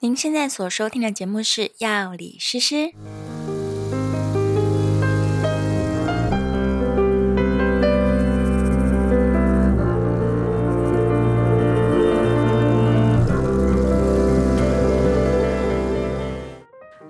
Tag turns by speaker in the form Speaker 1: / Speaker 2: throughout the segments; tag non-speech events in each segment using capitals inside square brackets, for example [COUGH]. Speaker 1: 您现在所收听的节目是《药理诗诗》。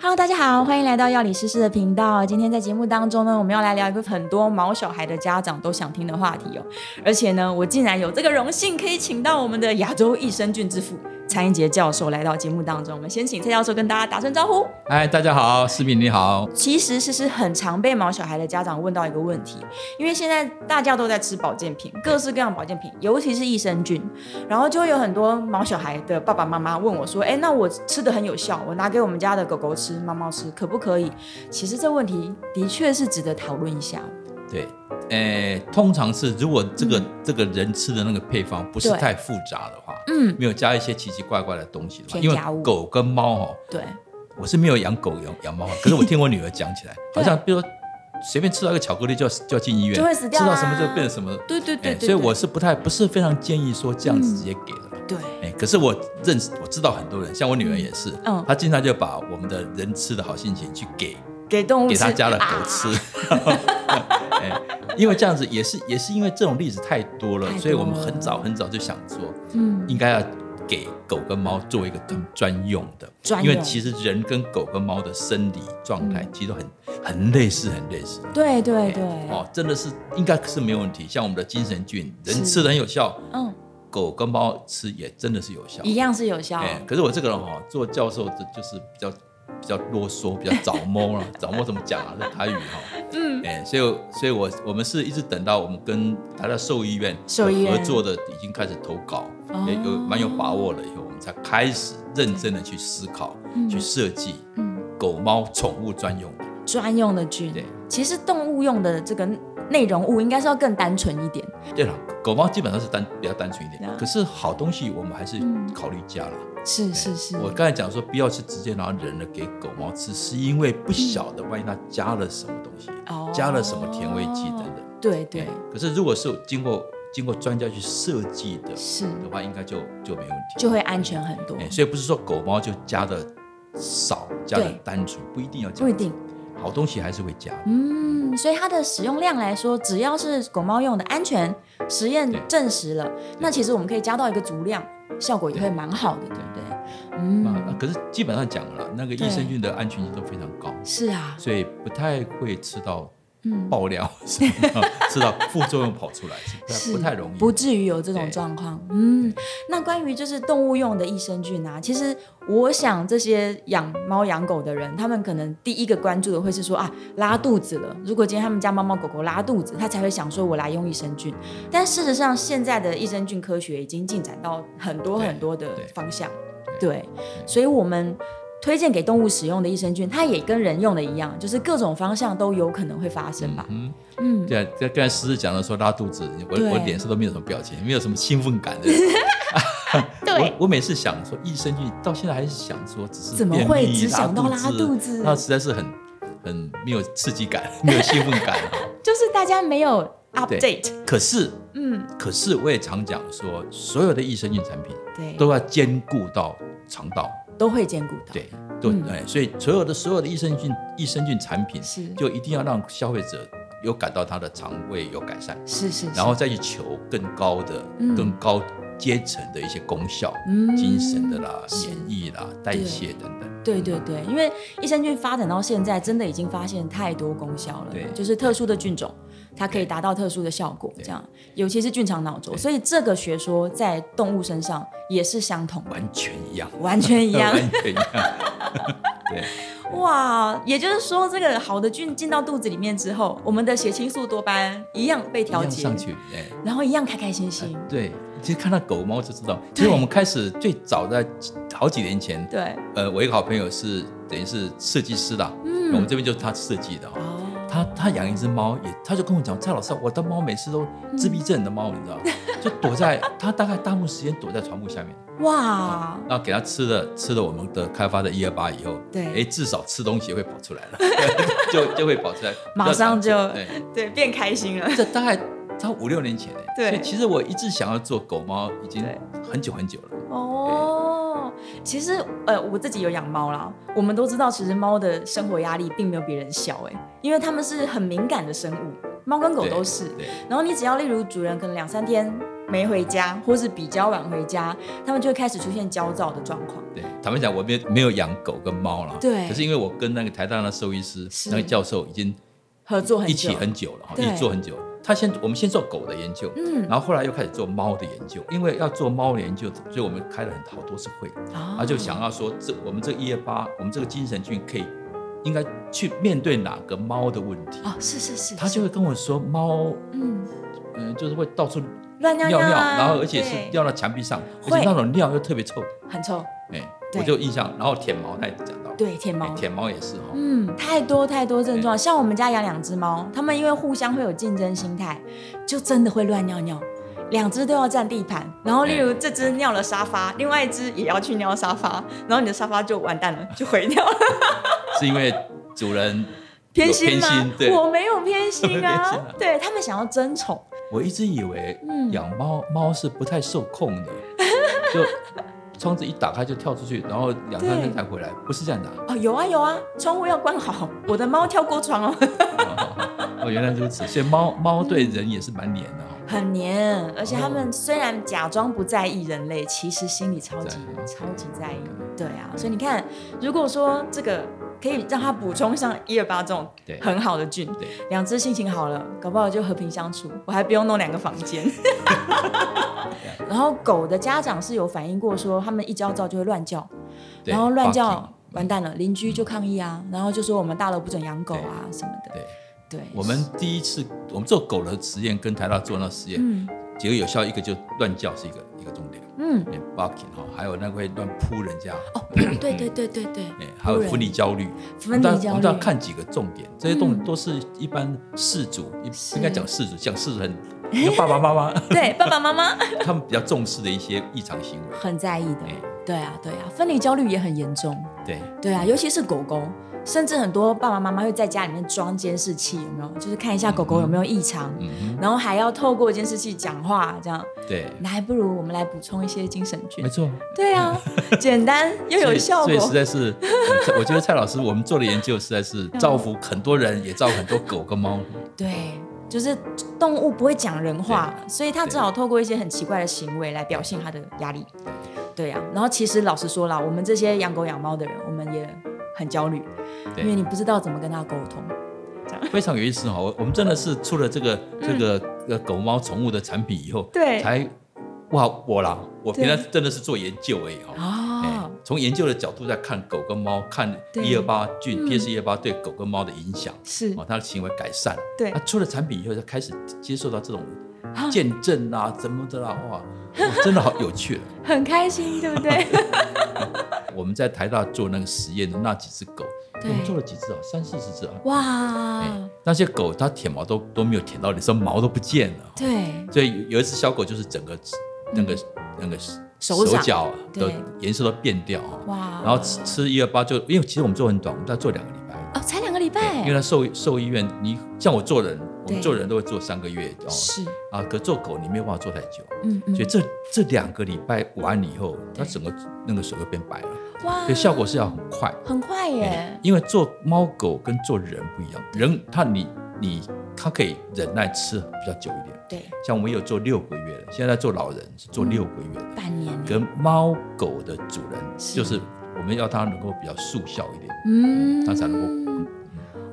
Speaker 2: Hello，大家好，欢迎来到药理诗诗的频道。今天在节目当中呢，我们要来聊一个很多毛小孩的家长都想听的话题哦。而且呢，我竟然有这个荣幸可以请到我们的亚洲益生菌之父蔡英杰教授来到节目当中。我们先请蔡教授跟大家打声招呼。
Speaker 3: 嗨，哎大家好，思敏你好。
Speaker 2: 其实是是很常被毛小孩的家长问到一个问题，因为现在大家都在吃保健品，各式各样的保健品，尤其是益生菌，然后就会有很多毛小孩的爸爸妈妈问我说：“哎，那我吃的很有效，我拿给我们家的狗狗吃、猫猫吃，可不可以？”其实这问题的确是值得讨论一下。
Speaker 3: 对，诶、通常是如果这个、这个人吃的那个配方不是
Speaker 2: 嗯对
Speaker 3: 太复杂的话，
Speaker 2: 嗯，
Speaker 3: 没有加一些奇奇怪怪的东西的话，
Speaker 2: 添
Speaker 3: 因
Speaker 2: 加物
Speaker 3: 为狗跟猫哦，
Speaker 2: 对，
Speaker 3: 我是没有养狗养
Speaker 2: [LAUGHS]
Speaker 3: 养猫，可是我听我女儿讲起来，好
Speaker 2: 对
Speaker 3: 像比如说随便吃到一个巧克力就要就要进医院，
Speaker 2: 就会死掉
Speaker 3: 吃到
Speaker 2: 啦
Speaker 3: 什么就变成什么。
Speaker 2: 对对对
Speaker 3: 诶
Speaker 2: 对，
Speaker 3: 所以我是不太不是非常建议说这样子直接给的。
Speaker 2: 对
Speaker 3: 哎、可是我认识我知道很多人，像我女儿也是，
Speaker 2: 嗯
Speaker 3: 她经常就把我们的人吃的好心情去给
Speaker 2: 给动物
Speaker 3: 给
Speaker 2: 吃
Speaker 3: 他家的狗
Speaker 2: 啊
Speaker 3: 吃。 [LAUGHS] 哎因为这样子也是也是因为这种例子太多了，
Speaker 2: 太多了
Speaker 3: 所以我们很早很早就想说，
Speaker 2: 嗯，
Speaker 3: 应该要给狗跟猫做一个他们专用的，
Speaker 2: 专
Speaker 3: 因
Speaker 2: 用
Speaker 3: 为其实人跟狗跟猫的生理状态其实都很很类似，很类似。
Speaker 2: 对对
Speaker 3: 哎
Speaker 2: 对，
Speaker 3: 哦，真的是应该是没有问题。像我们的精神菌，
Speaker 2: 是
Speaker 3: 人吃的很有效，
Speaker 2: 嗯，
Speaker 3: 狗跟猫吃也真的是有效。
Speaker 2: 一样是有效。
Speaker 3: 哎、可是我这个人哦，做教授的就是比较比较啰嗦，比较早摸 [LAUGHS] 了，早摸怎么讲啊？这台语哈、嗯，哎、所以我所以我我们是一直等到我们跟台大兽医院
Speaker 2: 兽医院
Speaker 3: 合作的已经开始投稿，
Speaker 2: 哦
Speaker 3: 也有蛮有把握了以后，我们才开始认真的去思考，去设计
Speaker 2: 嗯，
Speaker 3: 狗猫宠物专用的。
Speaker 2: 专用的菌
Speaker 3: 对，
Speaker 2: 其实动物用的这个内容物应该是要更单纯一点。
Speaker 3: 对了，狗猫基本上是单比较单纯一点
Speaker 2: 啊，
Speaker 3: 可是好东西我们还是
Speaker 2: 嗯
Speaker 3: 考虑加了。
Speaker 2: 是是是，
Speaker 3: 我刚才讲说不要去直接拿人的给狗猫吃，是因为不晓得万一它加了什么东西，
Speaker 2: 嗯哦
Speaker 3: 加了什么甜味剂等等。
Speaker 2: 对对
Speaker 3: 哎，可是如果是经过经过专家去设计的
Speaker 2: 是
Speaker 3: 的话，应该就就没问题。
Speaker 2: 就会安全很多
Speaker 3: 哎、，所以不是说狗猫就加的少，加的
Speaker 2: 对
Speaker 3: 单纯，不一定要加
Speaker 2: 不一，定。
Speaker 3: 好东西还是会加的。
Speaker 2: 嗯，所以它的使用量来说，只要是狗猫用的安全实验
Speaker 3: 对
Speaker 2: 证实了，那其实我们可以加到一个足量，效果也会蛮好的，对不对？
Speaker 3: 啊
Speaker 2: 嗯，
Speaker 3: 可是基本上讲了啦，那个益生菌的安全性都非常高，
Speaker 2: 是啊，
Speaker 3: 所以不太会吃到
Speaker 2: 嗯，
Speaker 3: 爆料 [LAUGHS] 什么的，吃到副作用跑出来是不太
Speaker 2: 是
Speaker 3: 不太容易的。
Speaker 2: 不至于有这种
Speaker 3: 对
Speaker 2: 状况。嗯，那关于就是动物用的益生菌啊，其实我想这些养猫养狗的人，他们可能第一个关注的会是说啊，拉肚子了。如果今天他们家猫猫狗狗拉肚子，他才会想说我来用益生菌。但事实上，现在的益生菌科学已经进展到很多
Speaker 3: 对
Speaker 2: 很多的
Speaker 3: 对
Speaker 2: 方向，
Speaker 3: 对
Speaker 2: 对，所以我们。推荐给动物使用的益生菌，它也跟人用的一样，就是各种方向都有可能会发生吧。
Speaker 3: 嗯
Speaker 2: 嗯，
Speaker 3: 对啊，在刚才诗诗讲的说拉肚子，我
Speaker 2: 对
Speaker 3: 我脸上都没有什么表情，没有什么兴奋感的。
Speaker 2: [LAUGHS] 对
Speaker 3: 我我每次想说益生菌，到现在还是想说只是
Speaker 2: 怎么
Speaker 3: 嗯便
Speaker 2: 会
Speaker 3: 秘
Speaker 2: 只想到
Speaker 3: 拉
Speaker 2: 拉肚子
Speaker 3: 那实在是很很没有刺激感，没有兴奋感。 [LAUGHS]
Speaker 2: 就是大家没有
Speaker 3: 对
Speaker 2: update，
Speaker 3: 可是
Speaker 2: 嗯，
Speaker 3: 可是我也常讲说，所有的益生菌产品
Speaker 2: 对，
Speaker 3: 都要兼顾到肠道，
Speaker 2: 都会兼顾到，
Speaker 3: 对，对
Speaker 2: 嗯
Speaker 3: 哎，所以所有的所有的益生菌益生菌产品
Speaker 2: 是
Speaker 3: 就一定要让消费者有感到他的肠胃有改善。
Speaker 2: 是是是，
Speaker 3: 然后再去求更高的、
Speaker 2: 嗯
Speaker 3: 更高阶层的一些功效，
Speaker 2: 嗯
Speaker 3: 精神的啦、
Speaker 2: 是
Speaker 3: 免疫啦、代谢等等。
Speaker 2: 对对对，因为益生菌发展到现在，真的已经发现太多功效了，
Speaker 3: 对
Speaker 2: 就是特殊的菌种，它可以达到特殊的效果，这样，尤其是菌肠脑轴，所以这个学说在动物身上也是相同
Speaker 3: [LAUGHS]
Speaker 2: 的，
Speaker 3: 完全一样，
Speaker 2: 完全一样。
Speaker 3: 完全一样。对，
Speaker 2: 哇，也就是说，这个好的菌进到肚子里面之后，我们的血清素多巴胺一样被
Speaker 3: 一
Speaker 2: 调
Speaker 3: 样
Speaker 2: 节，
Speaker 3: 上去，哎，
Speaker 2: 然后一样开开心心，
Speaker 3: 对。其实看到狗猫就知道，其实我们开始最早在好几年前，
Speaker 2: 对，
Speaker 3: 呃，我一个好朋友是等于是设计师啦，
Speaker 2: 嗯
Speaker 3: 我们这边就是他设计的、哦。
Speaker 2: 哦，
Speaker 3: 他他养一只猫，也他就跟我讲，蔡老师，我的猫每次都自闭症的猫，你知道，就躲在他大概大部分时间躲在床铺下面，
Speaker 2: 哇，
Speaker 3: 那给它吃了吃了我们的开发的一二八以后，
Speaker 2: 对
Speaker 3: 哎，至少吃东西会跑出来
Speaker 2: [LAUGHS]
Speaker 3: 了，就就会跑出来，
Speaker 2: 马上就
Speaker 3: 对，
Speaker 2: 对，变开心了。
Speaker 3: 这大概它五六年前哎，
Speaker 2: 对
Speaker 3: 所以其实我一直想要做狗猫，已经
Speaker 2: 对
Speaker 3: 很久很久了。
Speaker 2: 哦，其实呃，我自己有养猫啦，我们都知道，其实猫的生活压力并没有别人小哎、因为它们是很敏感的生物，猫跟狗
Speaker 3: 对
Speaker 2: 都是。
Speaker 3: 对，
Speaker 2: 然后你只要例如主人可能两三天没回家，或是比较晚回家，它们就会开始出现焦躁的状况。
Speaker 3: 对，坦白讲，我没有没有养狗跟猫了，
Speaker 2: 对
Speaker 3: 可是因为我跟那个台大的兽医师
Speaker 2: 是
Speaker 3: 那个教授已经
Speaker 2: 合作很久，
Speaker 3: 一起很久了哈，
Speaker 2: 对
Speaker 3: 一起做很久了。他先我们先做狗的研究，
Speaker 2: 嗯
Speaker 3: 然后后来又开始做猫的研究，因为要做猫的研究，所以我们开了很好多次会，
Speaker 2: 啊
Speaker 3: 他就想要说这我们这一二八，我们这个精神菌可以应该去面对哪个猫的问题，
Speaker 2: 啊，是是是，
Speaker 3: 他就会跟我说猫，
Speaker 2: 嗯
Speaker 3: 嗯、就是会到处
Speaker 2: 乱尿
Speaker 3: 尿尿，
Speaker 2: 啊
Speaker 3: 然后而且是
Speaker 2: 对
Speaker 3: 尿到墙壁上，而
Speaker 2: 会
Speaker 3: 且那种尿又特别臭，
Speaker 2: 很臭，
Speaker 3: 哎、
Speaker 2: 对
Speaker 3: 我就印象，然后舔毛他也讲到，
Speaker 2: 对，天猫
Speaker 3: 哎，舔毛也是哈，
Speaker 2: 嗯，太多太多症状，像我们家养两只猫，它们因为互相会有竞争心态，就真的会乱尿尿。两只都要占地盘，然后例如这只尿了沙发，另外一只也要去尿沙发，然后你的沙发就完蛋
Speaker 3: [LAUGHS]
Speaker 2: 了，就毁掉了。
Speaker 3: 是因为主人
Speaker 2: 偏
Speaker 3: 有
Speaker 2: 心吗？
Speaker 3: 偏心对
Speaker 2: 我没有偏
Speaker 3: [LAUGHS]
Speaker 2: 心
Speaker 3: 偏
Speaker 2: 啊，
Speaker 3: 心啊
Speaker 2: 对他们想要争宠，
Speaker 3: 我一直以为
Speaker 2: 嗯
Speaker 3: 养猫猫是不太受控
Speaker 2: [LAUGHS]
Speaker 3: 的，就窗子一打开就跳出去，然后两三
Speaker 2: 对
Speaker 3: 天才回来，不是这样的、
Speaker 2: 哦，有啊有啊，窗户要关好，我的猫跳过窗哦，
Speaker 3: 啊。哦，原来如此，所以猫猫对
Speaker 2: 嗯
Speaker 3: 人也是蛮黏的哦。
Speaker 2: 很黏，而且他们虽然假装不在意人类，其实心里超级
Speaker 3: 在意嗯
Speaker 2: 超级在意。对啊，所以你看，如果说这个可以让它补充像一二八这种
Speaker 3: 对
Speaker 2: 很好的菌，
Speaker 3: 对，
Speaker 2: 两只心情好了，搞不好就和平相处，我还不用弄两个房
Speaker 3: [LAUGHS]
Speaker 2: 间。然后狗的家长是有反映过说，他们一焦躁就会乱叫，
Speaker 3: 对
Speaker 2: 然后乱
Speaker 3: barking，
Speaker 2: 叫完蛋了，邻居就抗议啊，然后就说我们大楼不准养狗啊什么的。
Speaker 3: 对，
Speaker 2: 对，
Speaker 3: 我们第一次我们做狗的实验跟台大做那实验，
Speaker 2: 嗯
Speaker 3: 结果有效，一个就乱叫是一个一个重点，
Speaker 2: 嗯，
Speaker 3: 哎，barking 哈，还有那个会乱扑人家，
Speaker 2: 哦，对对对对
Speaker 3: [LAUGHS]
Speaker 2: 对
Speaker 3: 哎，，还有
Speaker 2: 夫人
Speaker 3: 分离焦虑。
Speaker 2: 分离
Speaker 3: 我们都要
Speaker 2: 焦
Speaker 3: 我
Speaker 2: 虑
Speaker 3: 们都要看几个重点，这些动
Speaker 2: 嗯
Speaker 3: 都是一般事主，一
Speaker 2: 是
Speaker 3: 应该讲事主，讲事主很，就爸爸妈妈 [LAUGHS]
Speaker 2: 对爸爸妈妈
Speaker 3: 他们比较重视的一些异常行为。
Speaker 2: 很在意的
Speaker 3: 哎。
Speaker 2: 对啊，对啊，分离焦虑也很严重。
Speaker 3: 对，
Speaker 2: 对啊，尤其是狗狗，甚至很多爸爸妈妈会在家里面装监视器，有没有？就是看一下狗狗有没有异常，
Speaker 3: 嗯
Speaker 2: 然后还要透过监视器讲话，这样。
Speaker 3: 哼，对，
Speaker 2: 那还不如我们来补充一些精神菌
Speaker 3: 没。错，
Speaker 2: 对
Speaker 3: [LAUGHS]
Speaker 2: 啊，简单又有效
Speaker 3: 所以所以实
Speaker 2: 果。
Speaker 3: 在是，嗯我觉得蔡老师我们做的研究实在是
Speaker 2: 嗯
Speaker 3: 造福很多人，也造福很多狗跟猫。
Speaker 2: 对，
Speaker 3: 嗯
Speaker 2: 就是动物不会讲人话，所以它只好透过一些很奇怪的行为来表现它的压力。对啊，然后其实老实说啦，我们这些养狗养猫的人，我们也很焦虑，因为
Speaker 3: 对，
Speaker 2: 你不知道怎么跟它沟通。
Speaker 3: 非常有意思哈。我我们真的是出了这个这个呃狗猫宠物的产品以后，
Speaker 2: 嗯对
Speaker 3: 才哇我啦，我
Speaker 2: 对
Speaker 3: 平常真的是做研究而已哈。哎
Speaker 2: 哦，，
Speaker 3: 从研究的角度在看狗跟猫，看
Speaker 2: 对
Speaker 3: 一二八菌
Speaker 2: 嗯
Speaker 3: PS 一二八对狗跟猫的影响，
Speaker 2: 是
Speaker 3: 哦，它的行为改善。
Speaker 2: 对
Speaker 3: 它出了产品以后，就开始接受到这种
Speaker 2: 啊
Speaker 3: 见证啊，怎么的啦，哇，哇真的好有趣。 [LAUGHS]
Speaker 2: 很开心，对不对？
Speaker 3: 我们在台大做那个实验的那几只狗，我
Speaker 2: 对
Speaker 3: 们做了几只啊，三四十只啊，
Speaker 2: 哇
Speaker 3: 哎，
Speaker 2: 嗯
Speaker 3: 那些狗它舔毛都都没有舔到，你说毛都不见了。
Speaker 2: 对，
Speaker 3: 所以有一只小狗就是整个那个那个
Speaker 2: 嗯手掌
Speaker 3: 脚啊
Speaker 2: 对
Speaker 3: 的颜色都变掉啊。
Speaker 2: 哇，
Speaker 3: 然后吃吃一二八就，因为其实我们做很短，我们大概做两个礼拜，
Speaker 2: 哦，才两个礼拜，
Speaker 3: 哎因为它兽兽医院，你像我做人，我
Speaker 2: 对
Speaker 3: 们做人都会做三个月哦，
Speaker 2: 是，
Speaker 3: 啊，可做狗你没有办法做太久，
Speaker 2: 嗯嗯
Speaker 3: 所以，这这两个礼拜完以后，它
Speaker 2: 对
Speaker 3: 整个那个手又变白了，
Speaker 2: 哇
Speaker 3: 所以效果是要很快，
Speaker 2: 很快
Speaker 3: 哎
Speaker 2: 耶，
Speaker 3: 因为做猫狗跟做人不一样，人他你你他可以忍耐吃比较久一点，
Speaker 2: 对，
Speaker 3: 像我们有做六个月的，现在做老人是做六个月的，
Speaker 2: 半年耶，
Speaker 3: 跟猫狗的主人，
Speaker 2: 是
Speaker 3: 就是我们要它能够比较速效一点，
Speaker 2: 嗯
Speaker 3: 它才能够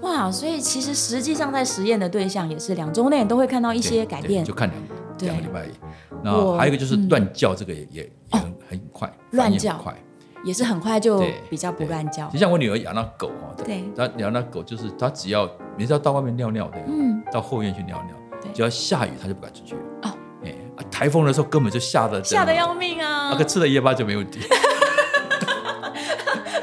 Speaker 2: 哇，所以其实实际上在实验的对象也是两周内都会看到一
Speaker 3: 一
Speaker 2: 些改变
Speaker 3: 就，看两
Speaker 2: 对
Speaker 3: 两个礼拜而已。
Speaker 2: 我嗯哦
Speaker 3: 那还有一个就是乱叫，这个也也也很很快，
Speaker 2: 乱
Speaker 3: 反应
Speaker 2: 叫
Speaker 3: 很快。
Speaker 2: 也是很快就
Speaker 3: 对
Speaker 2: 比较不乱叫
Speaker 3: 就，像我女儿养那狗哦，
Speaker 2: 对
Speaker 3: 她养那狗就是她只要每次要到外面尿尿的，
Speaker 2: 嗯，
Speaker 3: 到后院去尿
Speaker 2: 对
Speaker 3: 尿，只要下雨她就不敢出去。
Speaker 2: 哦，
Speaker 3: 哎，啊台风的时候根本就吓得
Speaker 2: 吓得要命啊
Speaker 3: 那，个吃了夜巴就没问题。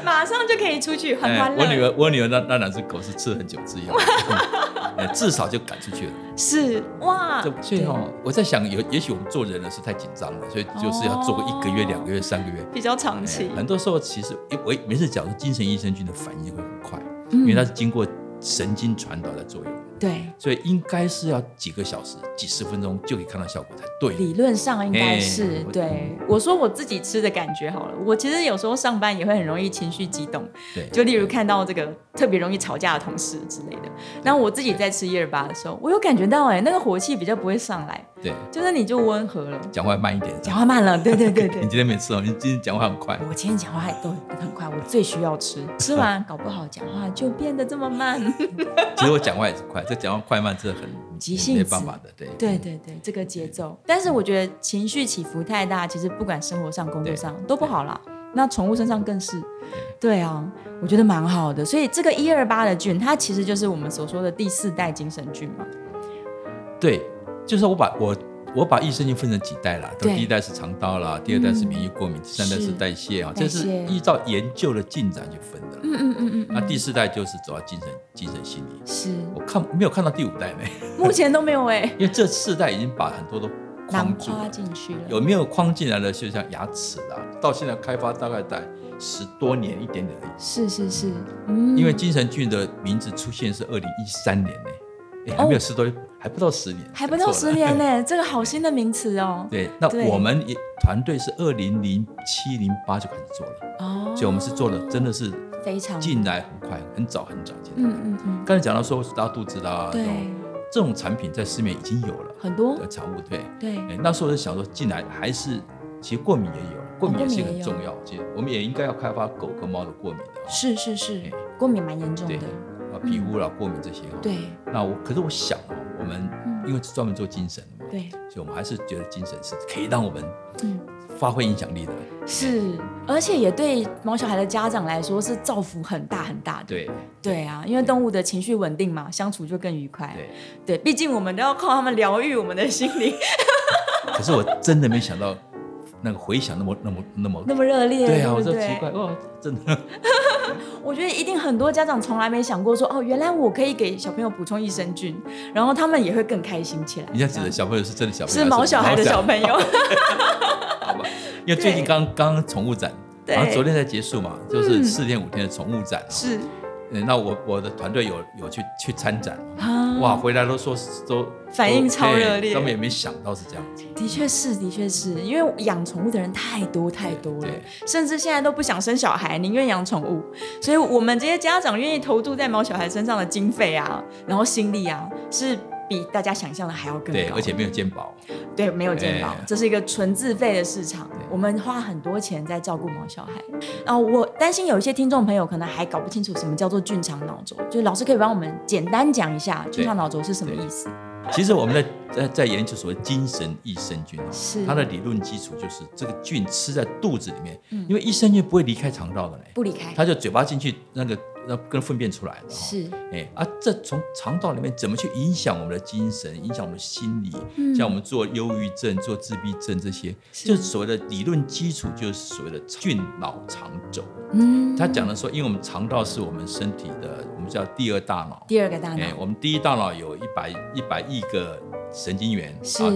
Speaker 2: 马上就可以出 [LAUGHS] 去，很
Speaker 3: 哎
Speaker 2: 欢，
Speaker 3: 我女
Speaker 2: 乐，
Speaker 3: 儿我女儿那那两只狗是吃了很久之夜巴， [LAUGHS] 哎至少就赶出去了。
Speaker 2: 是哇
Speaker 3: 这，所以哦，我在想，有也许我们做人呢是太紧张了，所以就是要做个一个月、
Speaker 2: 哦
Speaker 3: 两个月、三个月。
Speaker 2: 比较长
Speaker 3: 哎
Speaker 2: 期，
Speaker 3: 很多时候其实，因为我每次讲说精神益生菌的反应会很快，
Speaker 2: 嗯
Speaker 3: 因为它是经过神经传导的作用。
Speaker 2: 对，
Speaker 3: 所以应该是要几个小时、几十分钟就可以看到效果才对。
Speaker 2: 理论上应该是
Speaker 3: 哎我
Speaker 2: 对。我说我自己吃的感觉好了，我其实有时候上班也会很容易情绪激动，
Speaker 3: 对，
Speaker 2: 就例如看到这个特别容易吵架的同事之类的。那我自己在吃一二八的时候，我有感觉到哎、那个火气比较不会上来，
Speaker 3: 对，
Speaker 2: 就是你就温和了，
Speaker 3: 讲话慢一点。
Speaker 2: 讲话慢了。 [LAUGHS] 对对对
Speaker 3: 你
Speaker 2: 对。
Speaker 3: 今天没吃哦，你今天讲话很快。
Speaker 2: 我今天讲话还都很快，我最需要吃，吃完搞不好讲话就变得这么慢。
Speaker 3: 其实我讲话也是快，这讲话快慢是很
Speaker 2: 急性子
Speaker 3: 没办法的，对。
Speaker 2: [LAUGHS] 对对对，这个节奏。但是我觉得情绪起伏太大，其实不管生活上、工作上都不好啦。那宠物身上更是，对啊，我觉得蛮好的。所以这个一二八的菌，它其实就是我们所说的第四代精神菌嘛。
Speaker 3: 嗯对，就是我把我我把益生菌分成几代啦，
Speaker 2: 对嗯
Speaker 3: 第一代是肠道啦，第二代是免疫过敏，第三代是
Speaker 2: 是
Speaker 3: 代谢啊，
Speaker 2: 代
Speaker 3: 这
Speaker 2: 谢
Speaker 3: 是依照研究的进展去分的啦。
Speaker 2: 嗯嗯嗯
Speaker 3: 那第四代就是走到精神精神心理，
Speaker 2: 是，
Speaker 3: 我看没有看到第五代没，
Speaker 2: 目前都没有哎、 [LAUGHS]
Speaker 3: 因为这四代已经把很多都框
Speaker 2: 囊
Speaker 3: 住
Speaker 2: 括
Speaker 3: 了。
Speaker 2: 进去了。
Speaker 3: 有没有框进来的，就像牙齿啦，到现在开发大概在十多年一点点而已。
Speaker 2: 是是是，嗯，
Speaker 3: 因为精神菌的名字出现是二零一三年呢、哎、还没有十多，还不到十年，
Speaker 2: 还不到
Speaker 3: 错
Speaker 2: 十
Speaker 3: 了。
Speaker 2: 年呢、这个好新的名词
Speaker 3: [LAUGHS]
Speaker 2: 哦。
Speaker 3: 对，那
Speaker 2: 对
Speaker 3: 我们也团队是二零零七零八就开始做了，
Speaker 2: 哦，
Speaker 3: 所以我们是做的真的是
Speaker 2: 非常，
Speaker 3: 进来很快，很早很早进来。
Speaker 2: 嗯嗯嗯，
Speaker 3: 刚才讲到说拉肚子啦，这
Speaker 2: 对，
Speaker 3: 种这种产品在市面已经有了
Speaker 2: 很多
Speaker 3: 的产物，对。
Speaker 2: 对，
Speaker 3: 哎、那时候我就想说，进来还是其实过敏也有，过敏也是一个
Speaker 2: 哦过敏也
Speaker 3: 很
Speaker 2: 有
Speaker 3: 重要，其实我们也应该要开发狗跟猫的过敏的、哦，
Speaker 2: 是是是
Speaker 3: 哎，
Speaker 2: 过敏蛮严重
Speaker 3: 对
Speaker 2: 的，嗯
Speaker 3: 啊，皮肤啦、过敏这些、哦。
Speaker 2: 对嗯
Speaker 3: 那我可是我想哦，我们因为是专门做精神的嘛，
Speaker 2: 对，
Speaker 3: 所以我们还是觉得精神是可以让我们
Speaker 2: 嗯
Speaker 3: 发挥影响力的。
Speaker 2: 是，而且也对毛小孩的家长来说是造福很大很大的。 [LAUGHS]
Speaker 3: 对
Speaker 2: 对啊，因为动物的情绪稳定嘛，相处就更愉快。
Speaker 3: 对，
Speaker 2: 对，毕竟我们都要靠它们疗愈我们的心
Speaker 3: [LAUGHS]
Speaker 2: 灵，
Speaker 3: 可是我真的没想到那个回响那么那么那么。
Speaker 2: 那么热烈。
Speaker 3: 对
Speaker 2: 对
Speaker 3: 啊，我
Speaker 2: 不
Speaker 3: 说
Speaker 2: 对
Speaker 3: 奇怪哦，真的 [LAUGHS]
Speaker 2: 我觉得一定很多家长从来没想过说，哦，原来我可以给小朋友补充益生菌，然后他们也会更开心起来。
Speaker 3: 你要指的
Speaker 2: 这样
Speaker 3: 小朋友是真的小朋友，
Speaker 2: 嗯是毛小孩的小
Speaker 3: 友，
Speaker 2: 朋友，
Speaker 3: 好吧？因为最近
Speaker 2: 对
Speaker 3: 刚刚宠物展，
Speaker 2: 对嗯
Speaker 3: 然后昨天才结束嘛，就是四天五天的宠物展哦。
Speaker 2: [LAUGHS] 是
Speaker 3: 呃那我我的团队有有去去参展哦，
Speaker 2: 啊，
Speaker 3: 哇，回来都说都
Speaker 2: 反应
Speaker 3: 都
Speaker 2: 超
Speaker 3: 对
Speaker 2: 热烈
Speaker 3: 他们也没想到是这样子。
Speaker 2: 的确是，的确是因为养宠物的人太多太多了
Speaker 3: 对，
Speaker 2: 甚至现在都不想生小孩，宁愿养宠物。所以我们这些家长愿意投注在毛小孩身上的经费啊，然后心力啊，是比大家想象的还要更高。
Speaker 3: 对，而且没有健保，
Speaker 2: 对没有健保
Speaker 3: 哎，
Speaker 2: 这是一个纯自费的市场
Speaker 3: 对，
Speaker 2: 我们花很多钱在照顾毛小孩。然后我担心有一些听众朋友可能还搞不清楚什么叫做菌肠脑轴，就是老师可以帮我们简单讲一下菌肠脑轴是什么意思？
Speaker 3: 其实我们在在在研究所谓精神益生菌哦
Speaker 2: 是，
Speaker 3: 它的理论基础就是这个菌吃在肚子里面，
Speaker 2: 嗯
Speaker 3: 因为益生菌不会离开肠道的嘞，
Speaker 2: 不离开
Speaker 3: 它就嘴巴进去那个那跟粪便出来了、哦。
Speaker 2: 是
Speaker 3: 哎啊，这从肠道里面怎么去影响我们的精神，影响我们的心理？
Speaker 2: 嗯
Speaker 3: 像我们做忧郁症、做自闭症这些，就是所谓的理论基础，就是所谓的菌脑肠轴。
Speaker 2: 嗯，
Speaker 3: 他讲的说，因为我们肠道是我们身体的，我们叫第二大脑。
Speaker 2: 第二个大脑
Speaker 3: 哎、我们第一大脑有一百一百亿个神经元，
Speaker 2: 是。
Speaker 3: 啊、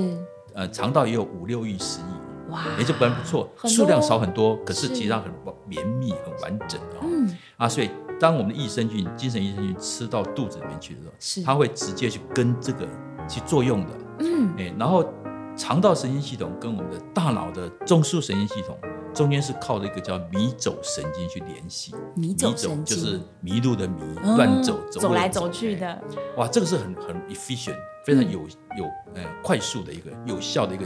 Speaker 3: 呃，肠道也有五六亿、十亿，
Speaker 2: 哇
Speaker 3: 也就本来不错，
Speaker 2: 很多
Speaker 3: 数量少很多，可是
Speaker 2: 是
Speaker 3: 其实它很绵密、很完整啊、哦
Speaker 2: 嗯，
Speaker 3: 啊，所以当我们的益生菌、精神益生菌吃到肚子里面去的时候，
Speaker 2: 是
Speaker 3: 它会直接去跟这个去作用的，
Speaker 2: 嗯，
Speaker 3: 哎、然后肠道神经系统跟我们的大脑的中枢神经系统中间是靠着一个叫迷走神经去联系，
Speaker 2: 迷走神经
Speaker 3: 就是迷路的迷，
Speaker 2: 嗯
Speaker 3: 乱走走
Speaker 2: 走
Speaker 3: 路的
Speaker 2: 来走去
Speaker 3: 哎
Speaker 2: 的，嗯
Speaker 3: 哇，这个是很很 efficient，非常有、有呃快速的一个有效的一个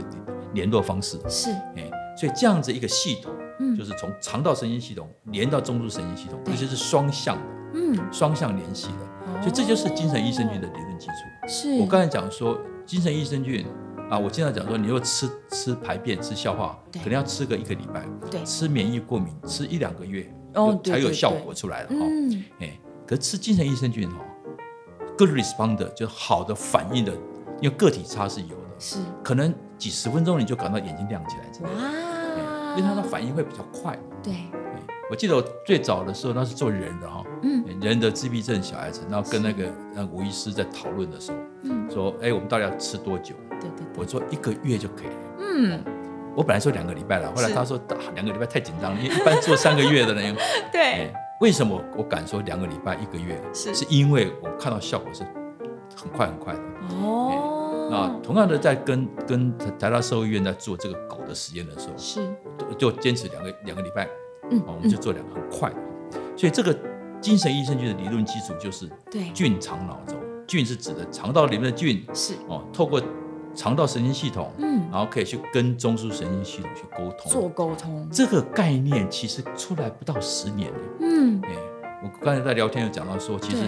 Speaker 3: 联络方式，
Speaker 2: 是
Speaker 3: 哎，所以这样子一个系统，
Speaker 2: 嗯
Speaker 3: 就是从肠道神经系统连到中枢神经系统，
Speaker 2: 对
Speaker 3: 这就是双向的，
Speaker 2: 嗯，
Speaker 3: 双向联系的，所以这就是精神益生菌的理论基础。
Speaker 2: 哦是
Speaker 3: 我刚才讲说，精神益生菌啊，我经常讲说，你如果吃吃排便、吃消化，
Speaker 2: 对
Speaker 3: 可能要吃个一个礼拜，
Speaker 2: 对
Speaker 3: 吃免疫过敏吃一两个月，
Speaker 2: 哦
Speaker 3: 就
Speaker 2: 对
Speaker 3: 才有
Speaker 2: 对
Speaker 3: 效
Speaker 2: 对
Speaker 3: 果出来了哈。
Speaker 2: 嗯，
Speaker 3: 哎，可是吃精神益生菌哦，good responder 就是好的反应的，因为个体差是有的，
Speaker 2: 是
Speaker 3: 可能几十分钟你就感到眼睛亮起来这样，
Speaker 2: 哇啊
Speaker 3: 因为它的反应会比较快。
Speaker 2: 对
Speaker 3: 哎我记得我最早的时候，那是做人的哈、
Speaker 2: 嗯
Speaker 3: 哎人的自闭症小孩子，然后跟那个那吴医师在讨论的时候，
Speaker 2: 嗯
Speaker 3: 说，哎，我们到底要吃多久？
Speaker 2: 对对对，
Speaker 3: 我说一个月就可以了。哦
Speaker 2: 嗯
Speaker 3: 我本来说两个礼拜了，后来
Speaker 2: 是
Speaker 3: 他说、啊两个礼拜太紧张了，因为一般做三个月的呢。
Speaker 2: [LAUGHS]
Speaker 3: 哎
Speaker 2: 对
Speaker 3: 哎，为什么我敢说两个礼拜、一个月？
Speaker 2: 是
Speaker 3: 因为我看到效果是很快很快的。
Speaker 2: 哦，
Speaker 3: 那同样的，在跟跟台大兽医院在做这个狗的实验的时候，
Speaker 2: 是
Speaker 3: 就就坚持两个两个礼拜，
Speaker 2: 嗯
Speaker 3: 哦，我们就做两个很快的，所以这个精神益生菌的理论基础就是
Speaker 2: 对
Speaker 3: 菌肠脑轴，菌是指的肠道里面的菌
Speaker 2: 是，
Speaker 3: 哦，透过肠道神经系统，
Speaker 2: 嗯，
Speaker 3: 然后可以去跟中枢神经系统去沟
Speaker 2: 做
Speaker 3: 通。
Speaker 2: 沟通，
Speaker 3: 这个概念其实出来不到十年了，
Speaker 2: 嗯，
Speaker 3: 哎，我刚才在聊天有讲到说，其实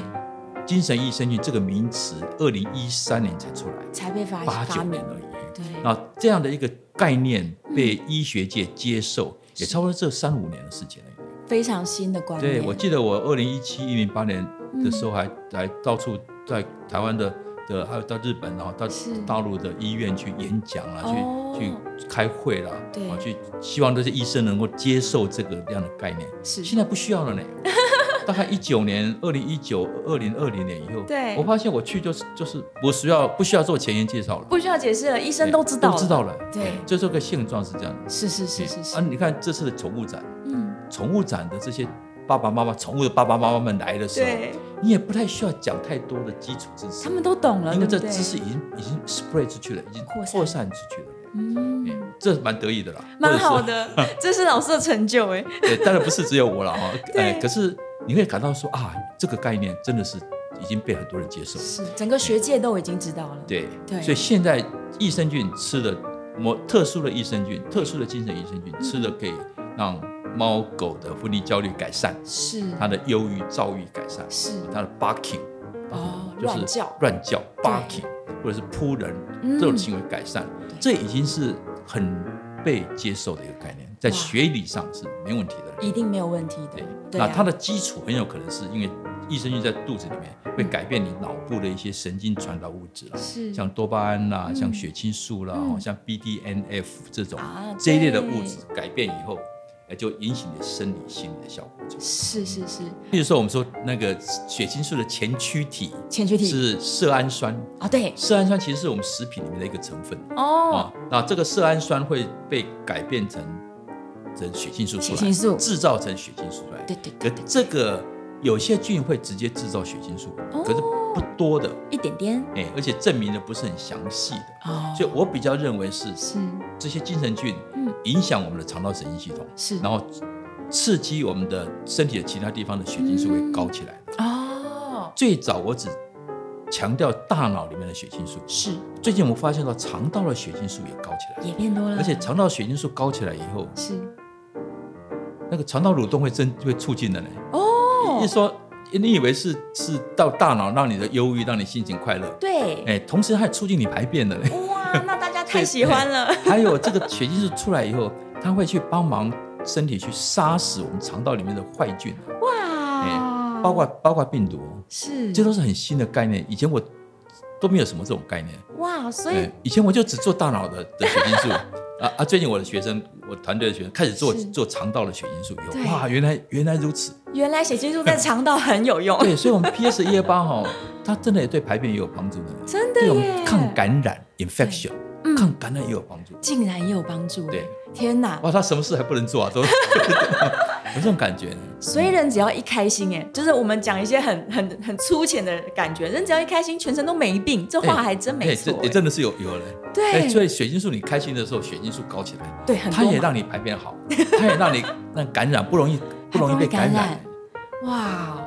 Speaker 2: 对
Speaker 3: 精神益生菌这个名词，二零一三年才出来，
Speaker 2: 才被发
Speaker 3: 八
Speaker 2: 发
Speaker 3: 九
Speaker 2: 明
Speaker 3: 年，而已。
Speaker 2: 对，
Speaker 3: 那这样的一个概念
Speaker 2: 嗯
Speaker 3: 被医学界接受，也差不多这三五年的时间了。
Speaker 2: 非常新的观念，
Speaker 3: 对，我记得我二零一七、一零八年的时候还，还、到处在台湾的的，还有到日本，然后到
Speaker 2: 是
Speaker 3: 大陆的医院去演讲啊，
Speaker 2: 哦
Speaker 3: 去去开会啦，
Speaker 2: 对
Speaker 3: 啊，去希望这些医生能够接受这个这样的概念。
Speaker 2: 是
Speaker 3: 现在不需要
Speaker 2: [LAUGHS]
Speaker 3: 了呢。大概一九年、二零一九、二零二零年以后，
Speaker 2: 对
Speaker 3: 我发现我去就是就是我需要不需要做前言介绍了，
Speaker 2: 不需要解释了，医生都知道，
Speaker 3: 哎都知，道了。
Speaker 2: 对
Speaker 3: 哎这这个现状是这样的。
Speaker 2: 是是是
Speaker 3: 哎
Speaker 2: 是
Speaker 3: 啊，
Speaker 2: 是，
Speaker 3: 你看这次的宠物展，
Speaker 2: 嗯，
Speaker 3: 宠物展的这些爸爸妈妈、宠物的爸爸妈妈们来的时候，
Speaker 2: 对，
Speaker 3: 你也不太需要讲太多的基础知识
Speaker 2: 他，们都懂了，
Speaker 3: 因为
Speaker 2: 对
Speaker 3: 这
Speaker 2: 不对
Speaker 3: 知识，已经已经 spread 出去了，已经
Speaker 2: 扩散
Speaker 3: 扩散出去了。
Speaker 2: 嗯，
Speaker 3: 哎这蛮得意的啦，
Speaker 2: 蛮
Speaker 3: 或
Speaker 2: 好
Speaker 3: 者 [LAUGHS] 是。
Speaker 2: 的， [LAUGHS] 这是老师的成就，哎，
Speaker 3: 对，当然不是只有我了哈。
Speaker 2: 对
Speaker 3: 哎，可是你会感到说啊，这个概念真的是已经被很多人接受了。
Speaker 2: 是整个学界都已经知道了，
Speaker 3: 对
Speaker 2: 对
Speaker 3: 所以现在益生菌吃的某特殊的益生菌、特殊的精神益生
Speaker 2: 嗯
Speaker 3: 菌吃的可以让猫狗的分离焦虑改善，
Speaker 2: 是
Speaker 3: 它的忧郁、躁郁改善，
Speaker 2: 是
Speaker 3: 它的 barking
Speaker 2: 哦，
Speaker 3: 就是
Speaker 2: 乱叫，
Speaker 3: 乱叫 barking 或者是扑人
Speaker 2: 嗯
Speaker 3: 这种行为改善，
Speaker 2: 对
Speaker 3: 这已经是很被接受的一个概念，在
Speaker 2: 哇
Speaker 3: 学理上是没问题的。
Speaker 2: 一定没有问题的
Speaker 3: 对，，
Speaker 2: 对
Speaker 3: 那
Speaker 2: 啊，
Speaker 3: 它的基础很有可能是因为益生菌在肚子里面会改变你脑部的一些神经传导物质啦，啊
Speaker 2: 是
Speaker 3: 像多巴胺啦、
Speaker 2: 嗯
Speaker 3: 像血清素啦、哦
Speaker 2: 嗯
Speaker 3: 像 BDNF 这种、
Speaker 2: 啊
Speaker 3: 这一类的
Speaker 2: 对
Speaker 3: 物质改变以后，呃，就引起你的生理、心理的效果。
Speaker 2: 是是是，
Speaker 3: 比如说，我们说那个血清素的前驱体
Speaker 2: 前驱体
Speaker 3: 是色氨酸，
Speaker 2: 啊，对，
Speaker 3: 色氨酸其实是我们食品里面的一个成分
Speaker 2: 哦
Speaker 3: 啊，。那这个色氨酸会被改变成成血清素出
Speaker 2: 血
Speaker 3: 来，
Speaker 2: 清素，
Speaker 3: 制造成血清素出来。
Speaker 2: 对对
Speaker 3: 可
Speaker 2: 对对，
Speaker 3: 这个有些菌会直接制造血清素，
Speaker 2: 哦
Speaker 3: 可是不多的，
Speaker 1: 一点点，
Speaker 3: 哎、而且证明的不是很详细的，
Speaker 2: 哦，
Speaker 3: 所以我比较认为是
Speaker 2: 是
Speaker 3: 这些精神菌
Speaker 2: 嗯
Speaker 3: 影响我们的肠道神经系统，
Speaker 2: 是，
Speaker 3: 然后刺激我们的身体的其他地方的血清素会高起来。
Speaker 2: 哦，
Speaker 3: 最早我只强调大脑里面的血清素，
Speaker 2: 是
Speaker 3: 最近我发现到肠道的血清素也高起来，
Speaker 2: 也变多了，
Speaker 3: 而且肠道血清素高起来以后，
Speaker 2: 是
Speaker 3: 那个肠道蠕动会增会促进的呢。
Speaker 2: 哦
Speaker 3: 一，说你以为是是到大脑让你的忧郁，让你心情快乐， [LAUGHS]
Speaker 2: 对，
Speaker 3: 哎，同时还促进你排便的嘞。
Speaker 2: 哇，那大家太喜欢了，
Speaker 3: [LAUGHS] 还有这个血清素出来以后，它会去帮忙身体去杀死我们肠道里面的坏菌， [LAUGHS]
Speaker 2: 哇，
Speaker 3: 包括包括病毒哦，
Speaker 2: 是，
Speaker 3: 这都是很新的概念。以前我都没有什么这种概念，
Speaker 2: 哇，所以
Speaker 3: 哎，以前我就只做大脑的的血清素。 [LAUGHS] 啊啊！最近我的学生，我团队的学生开始做
Speaker 2: 是
Speaker 3: 做肠道的血清素以
Speaker 2: 对
Speaker 3: 后，哇，原来原来如此。
Speaker 2: 原来血清素在肠道很有用，
Speaker 3: 对，所以我们 PS 一二八哈，它真的也对排便也有帮助的。
Speaker 2: 真的
Speaker 3: 对我
Speaker 2: 耶嗯
Speaker 3: 们，抗感染 infection，、抗感染也有帮助。
Speaker 2: 竟然也有帮助，
Speaker 3: 对，
Speaker 2: 天哪！
Speaker 3: 哇，他什么事还不能做 [LAUGHS] 啊？都有这种感觉呢。
Speaker 2: 所以人只要一开心，哎，就是我们讲一些很很很粗浅的感觉，人只要一开心，全身都没病，这
Speaker 3: 哎
Speaker 2: 话还真没
Speaker 3: 哎
Speaker 2: 错
Speaker 3: 这，
Speaker 2: 哎
Speaker 3: 也真的是有有嘞。哎
Speaker 2: 对
Speaker 3: 所以血清素你开心的时候，血清素高起来，
Speaker 2: 对，很
Speaker 3: 它
Speaker 2: 多
Speaker 3: 也
Speaker 2: 嘛
Speaker 3: 让你排便好， [LAUGHS] 它也让你让感染不容易不容易被感染。
Speaker 2: 哇，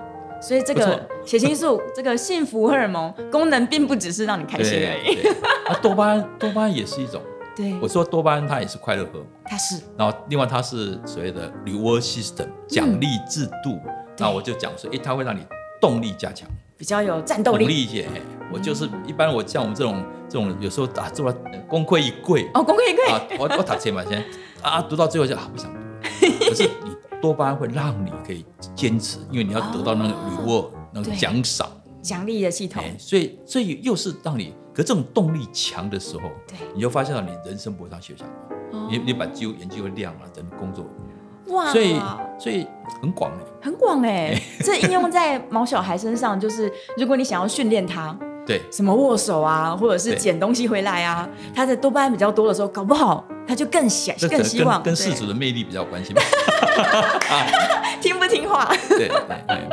Speaker 2: 所以这
Speaker 3: 不
Speaker 2: 个
Speaker 3: 错
Speaker 2: 血清素， [LAUGHS] 这个幸福荷尔蒙功能并不只是让你开心而已。
Speaker 3: 对，那多巴胺多巴胺也是一种，
Speaker 2: 对，
Speaker 3: 我说多巴胺它也是快乐荷尔蒙。
Speaker 2: 它是
Speaker 3: 然后另外它是所谓的 reward system 奖励制度，那我就讲说，诶，哎它会让你动力加强，
Speaker 2: 比较有战
Speaker 3: 鼓
Speaker 2: 斗力
Speaker 3: 励一些。嘿我就是一般我像我们这种这种有时候打做到呃功亏一篑
Speaker 2: 哦，功亏一篑
Speaker 3: 啊，我我打钱嘛先啊，读到最后就啊不想读了，可是你多巴胺会让你可以坚持，因为你要得到那个
Speaker 2: 哦
Speaker 3: reward 那个
Speaker 2: 对
Speaker 3: 奖赏，
Speaker 2: 奖励的系统
Speaker 3: 哎，所以所以又是让你，可这种动力强的时候，
Speaker 2: 对
Speaker 3: 你就发现到你人生不会上学校，
Speaker 2: 哦嗯
Speaker 3: 你你把肌肉眼睛会亮了，整个工作。
Speaker 2: 哇，
Speaker 3: 所以所以很广哎，
Speaker 2: 很广哎、这应用在毛小孩身上，就是如果你想要训练它，
Speaker 3: 对
Speaker 2: 什么握手啊，或者是
Speaker 3: 对
Speaker 2: 捡东西回来啊，它的多巴胺比较多的时候，搞不好它就更想
Speaker 3: 这可
Speaker 2: 更
Speaker 3: 能
Speaker 2: 希望
Speaker 3: 跟跟
Speaker 2: 对
Speaker 3: 世主的魅力比较有关系吧。
Speaker 2: 听不听话？
Speaker 3: 对对对，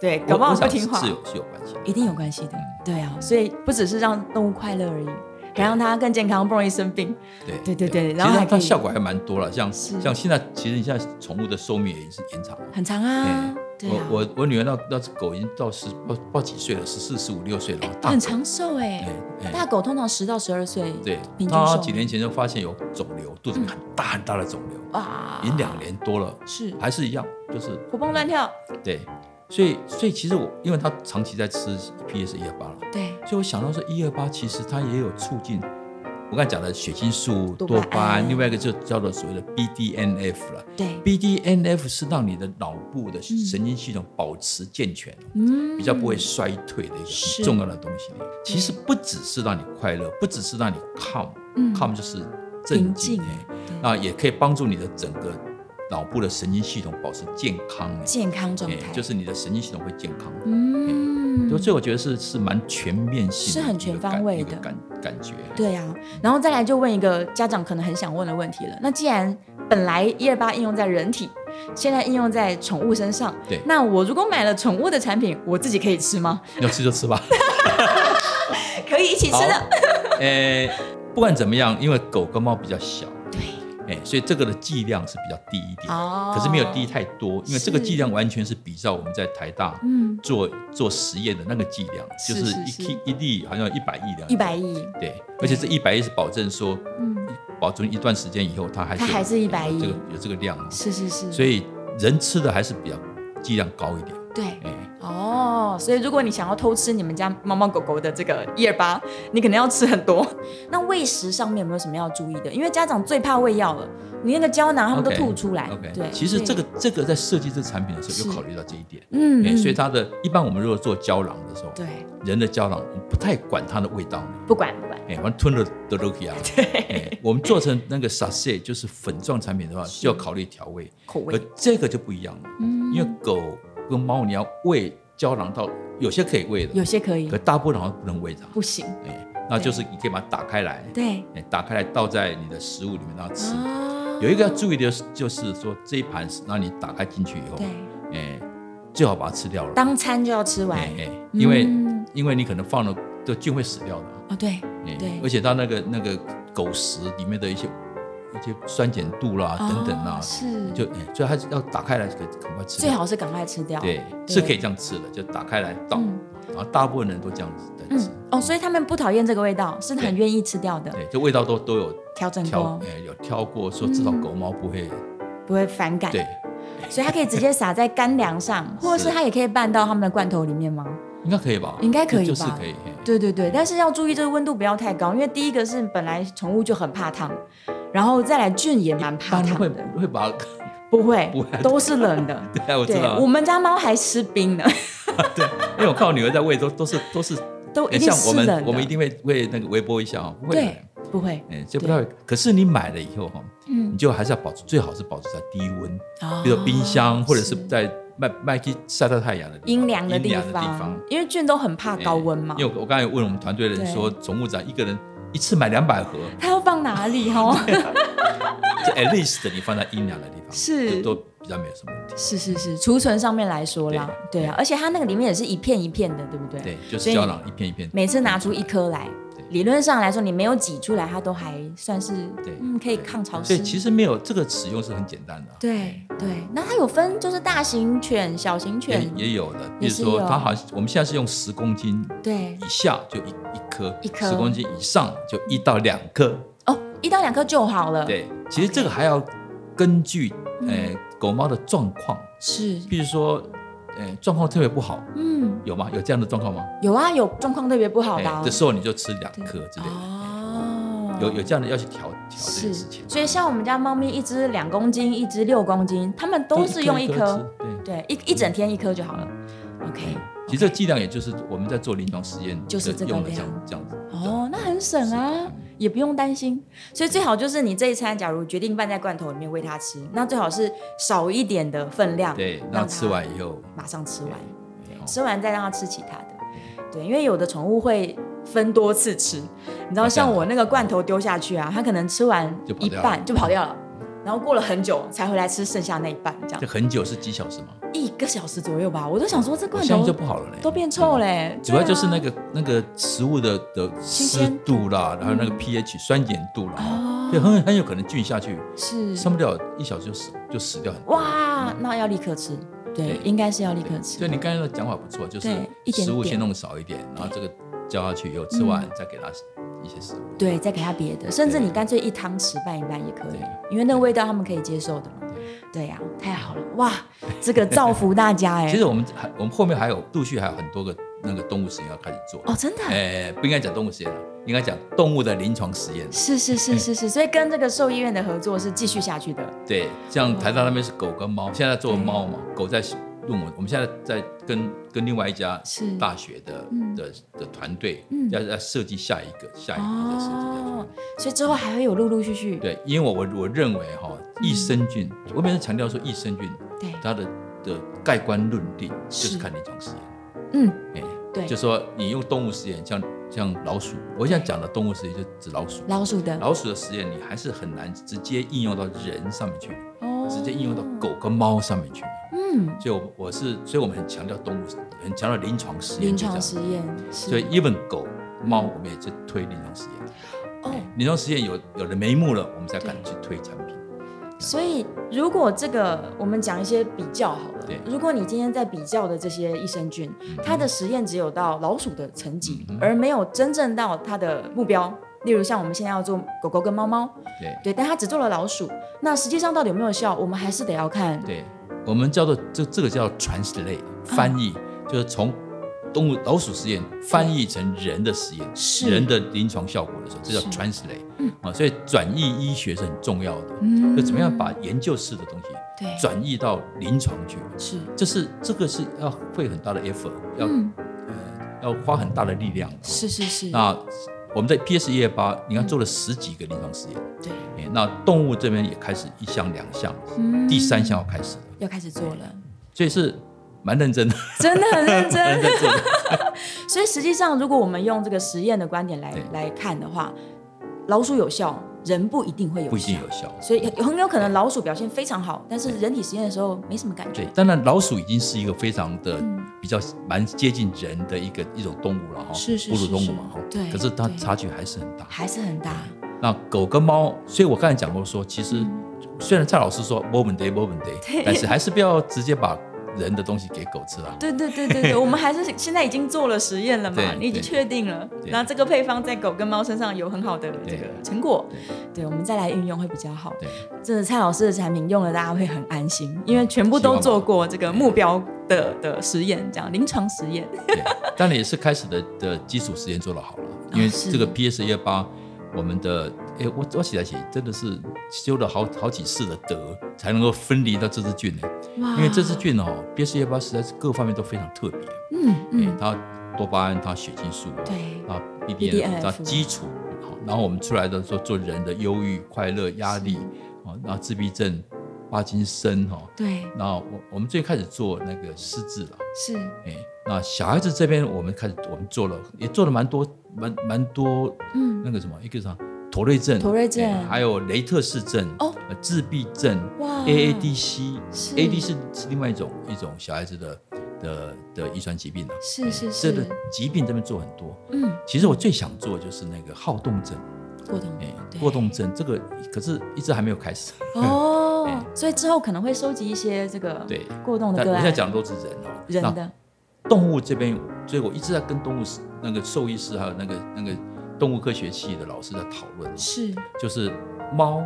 Speaker 2: 对，
Speaker 3: 我
Speaker 2: 搞不好
Speaker 3: 我
Speaker 2: 不
Speaker 3: 想
Speaker 2: 听话
Speaker 3: 是有是有关系的。
Speaker 2: 一定有关系的。对啊，所以不只是让动物快乐而已，还让它更健康，不容易生病。
Speaker 3: 对
Speaker 2: 对对对
Speaker 3: 其
Speaker 2: 然后
Speaker 3: 实
Speaker 2: 还可
Speaker 3: 它它
Speaker 2: 以
Speaker 3: 效果还蛮多了，像
Speaker 2: 是
Speaker 3: 像现在，其实你现在宠物的寿命也是延长了。
Speaker 2: 很长啊，对啊，
Speaker 3: 我我我女儿那那只狗已经到十不不知道几岁了，十四十五六岁了，大
Speaker 2: 很
Speaker 3: 狗。
Speaker 2: 长寿哎、
Speaker 3: 哎哎
Speaker 2: 大狗通常十到十二岁，
Speaker 3: 对
Speaker 2: 平，均寿
Speaker 3: 她
Speaker 2: 命嗯
Speaker 3: 几年前就发现有肿瘤，肚子里很大很大的肿瘤，
Speaker 2: 哇，
Speaker 3: 已经两年多了，
Speaker 2: 是
Speaker 3: 还是一样，就是
Speaker 2: 活蹦乱跳，
Speaker 3: 对。所以所以其实我因为她长期在吃 PS 一二八了，
Speaker 2: 对，
Speaker 3: 所以我想到说一二八其实它也有促进。我刚才讲的血清素、
Speaker 2: 多
Speaker 3: 多
Speaker 2: 巴
Speaker 3: 巴胺，
Speaker 2: 胺
Speaker 3: 另外一个就叫做所谓的 BDNF 了。
Speaker 2: 对，
Speaker 3: BDNF 是让你的脑部的神经系统保持健全，
Speaker 2: 嗯
Speaker 3: 比较不会衰退的一个
Speaker 2: 是
Speaker 3: 很重要的东西。其实不只是让你快乐，不只是让你 calm，calm、
Speaker 2: 嗯
Speaker 3: calm 就是
Speaker 2: 平
Speaker 3: 镇
Speaker 2: 静
Speaker 3: 静，哎那也可以帮助你的整个脑部的神经系统保持健康，哎
Speaker 2: 健康状态
Speaker 3: 哎就是你的神经系统会健康。
Speaker 2: 嗯
Speaker 3: 所以我觉得是是蛮全面性的
Speaker 2: 是
Speaker 3: 一个
Speaker 2: 很全
Speaker 3: 感，
Speaker 2: 方位
Speaker 3: 一个
Speaker 2: 的
Speaker 3: 感感觉。
Speaker 2: 对啊，然后再来就问一个家长可能很想问的问题了。那既然本来一二八应用在人体，现在应用在宠物身上，
Speaker 3: 对
Speaker 2: 那我如果买了宠物的产品，我自己可以吃吗？
Speaker 3: 你要吃就吃吧。
Speaker 2: 可以一起吃
Speaker 3: 好
Speaker 2: 的，
Speaker 3: [LAUGHS] 呃，不管怎么样，因为狗跟猫比较小，
Speaker 2: 对，
Speaker 3: 哎，所以这个的剂量是比较低一点，
Speaker 2: 哦
Speaker 3: 可是没有低太多，因为这个
Speaker 2: 是
Speaker 3: 剂量完全是比照我们在台大
Speaker 2: 嗯，
Speaker 3: 做做实验的那个剂量，
Speaker 2: 是
Speaker 3: 就是
Speaker 2: 是
Speaker 3: 一
Speaker 2: 是
Speaker 3: K 一粒好像一百亿的，
Speaker 2: 一百亿，
Speaker 3: 对，而且这一百亿是保证说
Speaker 2: 嗯，
Speaker 3: 保存一段时间以后，它还是
Speaker 2: 它还是100亿
Speaker 3: 有这个有这个量嘛，
Speaker 2: 是是是，
Speaker 3: 所以人吃的还是比较剂量高一点，
Speaker 2: 对。
Speaker 3: 哎，
Speaker 2: 哦，所以如果你想要偷吃你们家猫猫狗狗的这个一二八，你可能要吃很多。那喂食上面有没有什么要注意的？因为家长最怕喂药了，你那个胶囊他们都
Speaker 3: OK，
Speaker 2: 吐出来。
Speaker 3: OK，
Speaker 2: 对，
Speaker 3: 其实
Speaker 2: 所以
Speaker 3: 这个这个在设计这个产品的时
Speaker 2: 是
Speaker 3: 候，有考虑到这一点。
Speaker 2: 嗯，
Speaker 3: 哎，
Speaker 2: 嗯
Speaker 3: 所以它的一般我们如果做胶囊的时候，
Speaker 2: 对，
Speaker 3: 人的胶囊我们不太管它的味道呢，
Speaker 2: 不管不管，
Speaker 3: 哎，反正吞了都
Speaker 2: [LAUGHS]
Speaker 3: 都可以啊。哎，我们做成那个 sachet 就是粉状产品的话，就要考虑调味，
Speaker 2: 口
Speaker 3: 而
Speaker 2: 味
Speaker 3: 这个就不一样了，
Speaker 2: 嗯
Speaker 3: 因为狗跟猫你要喂胶囊到有些可以喂
Speaker 2: 有
Speaker 3: 的，
Speaker 2: 些可以
Speaker 3: 可，大部分好像不能喂它，
Speaker 2: 不行。
Speaker 3: 哎，那就是你可以把它打开来，
Speaker 2: 对
Speaker 3: 哎，打开来倒在你的食物里面让它吃。
Speaker 2: 啊
Speaker 3: 有一个要注意的是，就是说这一盘是让你打开进去以后，
Speaker 2: 对，
Speaker 3: 哎，最好把它吃掉了，
Speaker 2: 当餐就要吃完。
Speaker 3: 哎哎，因为
Speaker 2: 嗯
Speaker 3: 因为你可能放了这菌会死掉的嘛。
Speaker 2: 哦，对
Speaker 3: 哎
Speaker 2: 对
Speaker 3: 而且它那个那个狗食里面的一些一些酸碱度啦、啊等等啦
Speaker 2: 哦，是
Speaker 3: 就哎所以它是要打开来可赶快吃掉。
Speaker 2: 最好是赶快吃掉。
Speaker 3: 对，是可以这样吃的，就打开来倒，
Speaker 2: 嗯
Speaker 3: 然后大部分人都这样子在吃，
Speaker 2: 嗯哦，所以他们不讨厌这个味道，是很
Speaker 3: 对
Speaker 2: 愿意吃掉的，
Speaker 3: 对，哎就味道都都有
Speaker 2: 调整
Speaker 3: 挑
Speaker 2: 过，
Speaker 3: 哎有挑过，说至少狗猫不会，
Speaker 2: 不会反感。
Speaker 3: 对，
Speaker 2: 所以它可以直接撒在干粮
Speaker 3: [LAUGHS]
Speaker 2: 上，或者是它也可以拌到他们的罐头里面吗？
Speaker 3: 应该可以吧？
Speaker 2: 应该可以吧
Speaker 3: 就是可以。哎嘿
Speaker 2: 对对对，但是要注意这个温度不要太高，因为第一个是本来宠物就很怕烫，然后再来菌也蛮怕
Speaker 3: 但
Speaker 2: 烫
Speaker 3: 会
Speaker 2: 的，
Speaker 3: 会把，
Speaker 2: 不会
Speaker 3: 不会
Speaker 2: 都是冷的。
Speaker 3: [LAUGHS] 对 [LAUGHS] 啊，我知
Speaker 2: 对，
Speaker 3: 道
Speaker 2: 我，们家猫还吃冰呢， [LAUGHS]
Speaker 3: 因为我看我女儿在喂，都都是都是，
Speaker 2: 都一
Speaker 3: 哎
Speaker 2: 定
Speaker 3: 像我
Speaker 2: 是冷的。
Speaker 3: 们我们一定会喂那个微波一下啊，不会的
Speaker 2: 对，不会
Speaker 3: 哎，这不太会。可是你买了以后哈，
Speaker 2: 嗯
Speaker 3: 你就还是要保持，最好是保持在低温，
Speaker 2: 哦
Speaker 3: 比如冰箱或者是
Speaker 2: 是
Speaker 3: 在卖卖去晒到太阳的地方
Speaker 2: 阴凉的
Speaker 3: 阴
Speaker 2: 地
Speaker 3: 凉的地
Speaker 2: 方哦
Speaker 3: 方，。
Speaker 2: 因为菌都很怕高温嘛
Speaker 3: 因，为我我刚才有问我们团队的人
Speaker 2: 对
Speaker 3: 说，宠物展一个人一次买两百盒，
Speaker 2: 它要放哪里
Speaker 3: [LAUGHS]
Speaker 2: 哦？ [LAUGHS]
Speaker 3: 就 at least 你放在阴凉的地方，
Speaker 2: 是
Speaker 3: 都都比较没有什么问题。
Speaker 2: 是是是，储存上面来说啦，对啊，而且它那个里面也是一片一片的，对不对？
Speaker 3: 对，就是
Speaker 2: 所以
Speaker 3: 胶囊一片一片。
Speaker 2: 每次拿出一颗来
Speaker 3: 对，
Speaker 2: 理论上来说，你没有挤出来，它都还算是
Speaker 3: 对
Speaker 2: 嗯，可以
Speaker 3: 对
Speaker 2: 抗潮湿。
Speaker 3: 所以其实没有这个使用是很简单的啊，
Speaker 2: 对对，那它有分就是大型犬、小型
Speaker 3: 也
Speaker 2: 犬，
Speaker 3: 也有的，比
Speaker 2: 也
Speaker 3: 如
Speaker 2: 是
Speaker 3: 说
Speaker 2: 有
Speaker 3: 它好像我们现在是用十公斤
Speaker 2: 对
Speaker 3: 以下就一一颗，
Speaker 2: 一颗
Speaker 3: 十公斤以上就一到两颗。
Speaker 2: 哦，一到两颗就好了。，
Speaker 3: 对，其实这个还要根据
Speaker 2: 嗯
Speaker 3: 呃狗猫的状况，
Speaker 2: 是，
Speaker 3: 譬如说呃状况特别不好，
Speaker 2: 嗯，
Speaker 3: 有吗？有这样的状况吗？哎
Speaker 2: 有啊，有状况特别不好的啊
Speaker 3: 这时候你就吃两颗之类的，
Speaker 2: 哦，
Speaker 3: 有有这样的要去调调这
Speaker 2: 是
Speaker 3: 件事，情，
Speaker 2: 所以像我们家猫咪一只两公斤，一只六公斤，它们都是用一颗，
Speaker 3: 吃，对。
Speaker 2: 对，一一整天一颗就好了。OK，
Speaker 3: 其实这个剂量也就是我们在做临床实验
Speaker 2: 就是这个
Speaker 3: 用的这
Speaker 2: 量
Speaker 3: 样这样子。
Speaker 2: 哦，那很省啊，也不用担心。所以最好就是你这一餐，假如决定拌在罐头里面喂它吃，那最好是少一点的分量，
Speaker 3: 对，
Speaker 2: 让
Speaker 3: 那
Speaker 2: 它
Speaker 3: 吃完以后，
Speaker 2: 马上吃完，
Speaker 3: 哦
Speaker 2: 吃完再让它吃其他的。对，因为有的宠物会分多次吃，你知道，像我那个罐头丢下去啊，它可能吃完
Speaker 3: 就跑
Speaker 2: 一
Speaker 3: 掉了
Speaker 2: 半就跑掉了，然后过了很久才回来吃剩下那一半，这样
Speaker 3: 这很久是几小时吗？
Speaker 2: 一个小时左右吧。我都想说这
Speaker 3: 我
Speaker 2: 罐
Speaker 3: 现在就
Speaker 2: 头
Speaker 3: 不好了嘞，
Speaker 2: 都变臭嘞，
Speaker 3: 主要就是
Speaker 2: 对啊
Speaker 3: 那个那个食物的的
Speaker 2: 新
Speaker 3: 湿
Speaker 2: 鲜
Speaker 3: 度啦，然后那个 pH 酸碱度啦，
Speaker 2: 哦
Speaker 3: 对，很很有可能菌下去，
Speaker 2: 啊是
Speaker 3: 上不了一小时就死就死掉很多。
Speaker 2: 哇，那要立刻吃，对，
Speaker 3: 对
Speaker 2: 应该是要立刻吃
Speaker 3: 所以。你刚才的讲法不错，就是
Speaker 2: 对一点点嗯
Speaker 3: 食物先弄少一点，然后这个浇下去以后吃完再给它一些食物。
Speaker 2: 对，再给他别的，甚至
Speaker 3: 对
Speaker 2: 你干脆一汤匙拌一拌也可以
Speaker 3: 对，
Speaker 2: 因为那个味道他们可以接受的嘛。对呀、太好了，哇，这个造福大家哎、
Speaker 3: [LAUGHS] 其实我们还我们后面还有陆续还有很多个那个动物实验要开始做，
Speaker 2: 哦，真的啊、
Speaker 3: 哎，不应该讲动物实验了，应该讲动物的临床实验。
Speaker 2: 是是
Speaker 3: 哎
Speaker 2: 是是是，所以跟这个兽医院的合作是继续下去的。
Speaker 3: 对，像台大那边是狗跟猫，现在在做猫嘛，
Speaker 2: 嗯
Speaker 3: 狗在论文，我们现在在跟跟另外一家
Speaker 2: 是
Speaker 3: 大学的
Speaker 2: 嗯
Speaker 3: 的的团队
Speaker 2: 嗯，
Speaker 3: 要要设计下一个下一个的设计下去
Speaker 2: 哦。，所以之后还会有陆陆续续。
Speaker 3: 对，因为我我我认为哈，
Speaker 2: 嗯
Speaker 3: 益生菌，我每次强调说益生菌
Speaker 2: 对
Speaker 3: 它的的盖棺论定就是
Speaker 2: 是
Speaker 3: 看临床实验，
Speaker 2: 嗯，
Speaker 3: 哎，
Speaker 2: 对，
Speaker 3: 就说你用动物实验，像像老鼠，我现在讲的动物实验就指老鼠，
Speaker 2: 老鼠的
Speaker 3: 老鼠的实验你还是很难直接应用到人上面去，
Speaker 2: 哦
Speaker 3: 直接应用到狗跟猫上面去。
Speaker 2: 嗯，
Speaker 3: 所以我我是，所以我们很强调动物，很强调临床实验，
Speaker 2: 临床
Speaker 3: 就
Speaker 2: 实验
Speaker 3: 这
Speaker 2: 是
Speaker 3: 样。所以 even 狗、猫，我们也是推临床实验。
Speaker 2: 哦，
Speaker 3: 临床实验有有了眉目了，我们才敢
Speaker 2: 对
Speaker 3: 去推产品。
Speaker 2: 所以如果这个我们讲一些比较好了
Speaker 3: 对，嗯
Speaker 2: 如果你今天在比较的这些益生菌，它的实验只有到老鼠的层级
Speaker 3: 嗯，哼
Speaker 2: 而没有真正到它的目标。例如像我们现在要做狗狗跟猫猫，
Speaker 3: 对
Speaker 2: 对，但它只做了老鼠，那实际上到底有没有效，我们还是得要看。
Speaker 3: 对，我们叫做这这个叫 translate 翻译，
Speaker 2: 嗯
Speaker 3: 就是从动物老鼠实验翻译成人的实验，
Speaker 2: 是
Speaker 3: 人的临床效果的时候，这叫
Speaker 2: 是
Speaker 3: translate。啊，所以转译医学是很重要的，
Speaker 2: 嗯
Speaker 3: 就怎么样把研究室的东西
Speaker 2: 对
Speaker 3: 转译到临床去。
Speaker 2: 是
Speaker 3: 这是这个是要会很大的 effort，要、
Speaker 2: 嗯
Speaker 3: 呃要花很大的力量。
Speaker 2: 是是是，
Speaker 3: 哦那我们在 PS 一八，你看做了十几个临床实验，
Speaker 2: 对，
Speaker 3: 哎那动物这边也开始一项两项，
Speaker 2: 嗯
Speaker 3: 第三项要开始了，
Speaker 2: 要开始做了， [LAUGHS]
Speaker 3: 所以是蛮认真的，
Speaker 2: 真的很认
Speaker 3: 蛮
Speaker 2: 真 [LAUGHS]
Speaker 3: 认。真做的。
Speaker 2: 所以实际上，如果我们用这个实验的观点来
Speaker 3: 对
Speaker 2: 来看的话，老鼠有效，人不一定会有效。
Speaker 3: 不一定有效。
Speaker 2: 所以很有可能老鼠表现非常好，但是人体实验的时候没什么感
Speaker 3: 对
Speaker 2: 觉。，
Speaker 3: 当然老鼠已经是一个非常的、
Speaker 2: 嗯
Speaker 3: 比较蛮接近人的一个一种动物了哈，
Speaker 2: 是是
Speaker 3: 哺乳
Speaker 2: 是
Speaker 3: 动
Speaker 2: 是
Speaker 3: 物嘛哈。
Speaker 2: 对
Speaker 3: 可是它
Speaker 2: 对
Speaker 3: 差距还是很大。
Speaker 2: 还是很大，
Speaker 3: 那狗跟猫，所以我刚才讲过说，其实
Speaker 2: 嗯
Speaker 3: 虽然蔡老师说 moment day moment day，但是还是不要直接把人的东西给狗吃啊。
Speaker 2: 对对对对对， [LAUGHS] 我们还是现在已经做了实验了嘛
Speaker 3: 对，
Speaker 2: 你已经
Speaker 3: 对
Speaker 2: 确定了，
Speaker 3: 对
Speaker 2: 那这个配方在狗跟猫身上有很好的这
Speaker 3: 对
Speaker 2: 个成果，
Speaker 3: 对
Speaker 2: 对，我们再来运用会比较好。
Speaker 3: 对，
Speaker 2: 真的，蔡老师的产品用了，大家会很安心，因为全部都做过这个目标的的实验，这样临床实验。
Speaker 3: 对，当然也是开始的的基础实验做得好了，因为
Speaker 2: 哦是
Speaker 3: 这个 PS 1八，我们的哎，我我写来写，真的是修了好好几次的德，才能够分离到这只菌呢。
Speaker 2: 哇
Speaker 3: 因为这只菌哦，PS 1八实在是各方面都非常特别，
Speaker 2: 嗯
Speaker 3: 嗯
Speaker 2: 嗯，，
Speaker 3: 它多巴胺，它血清素，
Speaker 2: 对，
Speaker 3: 啊
Speaker 2: BDNF
Speaker 3: BDNF 到基础，好，然后我们出来的时候做人的忧郁、快乐、压力，啊，然后自闭症、帕金森哈，
Speaker 2: 对，
Speaker 3: 然后我我们最开始做那个失智了，
Speaker 2: 是
Speaker 3: 哎，那小孩子这边我们开始我们做了，也做了蛮多蛮蛮多，
Speaker 2: 嗯，
Speaker 3: 那个什么一个啥妥瑞症，
Speaker 2: 妥瑞症
Speaker 3: 哎还有雷特氏症，
Speaker 2: 哦
Speaker 3: 呃，自闭症，
Speaker 2: 哇是
Speaker 3: ，AADC，AD 是是另外一种一种小孩子的的的遗传疾病啊，
Speaker 2: 是是
Speaker 3: 这个
Speaker 2: 是，
Speaker 3: 疾病这边做很多。
Speaker 2: 嗯，
Speaker 3: 其实我最想做就是那个好动症，
Speaker 2: 过动
Speaker 3: 哎、
Speaker 2: 对
Speaker 3: 过动症这个可是一直还没有开
Speaker 2: [LAUGHS]
Speaker 3: 始。
Speaker 2: 哦
Speaker 3: 哎，
Speaker 2: 所以之后可能会收集一些这个
Speaker 3: 对
Speaker 2: 过动的
Speaker 3: 但
Speaker 2: 个
Speaker 3: 我
Speaker 2: 案，
Speaker 3: 现在讲的都是人哦，
Speaker 2: 人
Speaker 3: 那
Speaker 2: 的
Speaker 3: 动物这边，所以我一直在跟动物那个兽医师还有那个那个动物科学系的老师在讨论哦，
Speaker 2: 是
Speaker 3: 就是猫，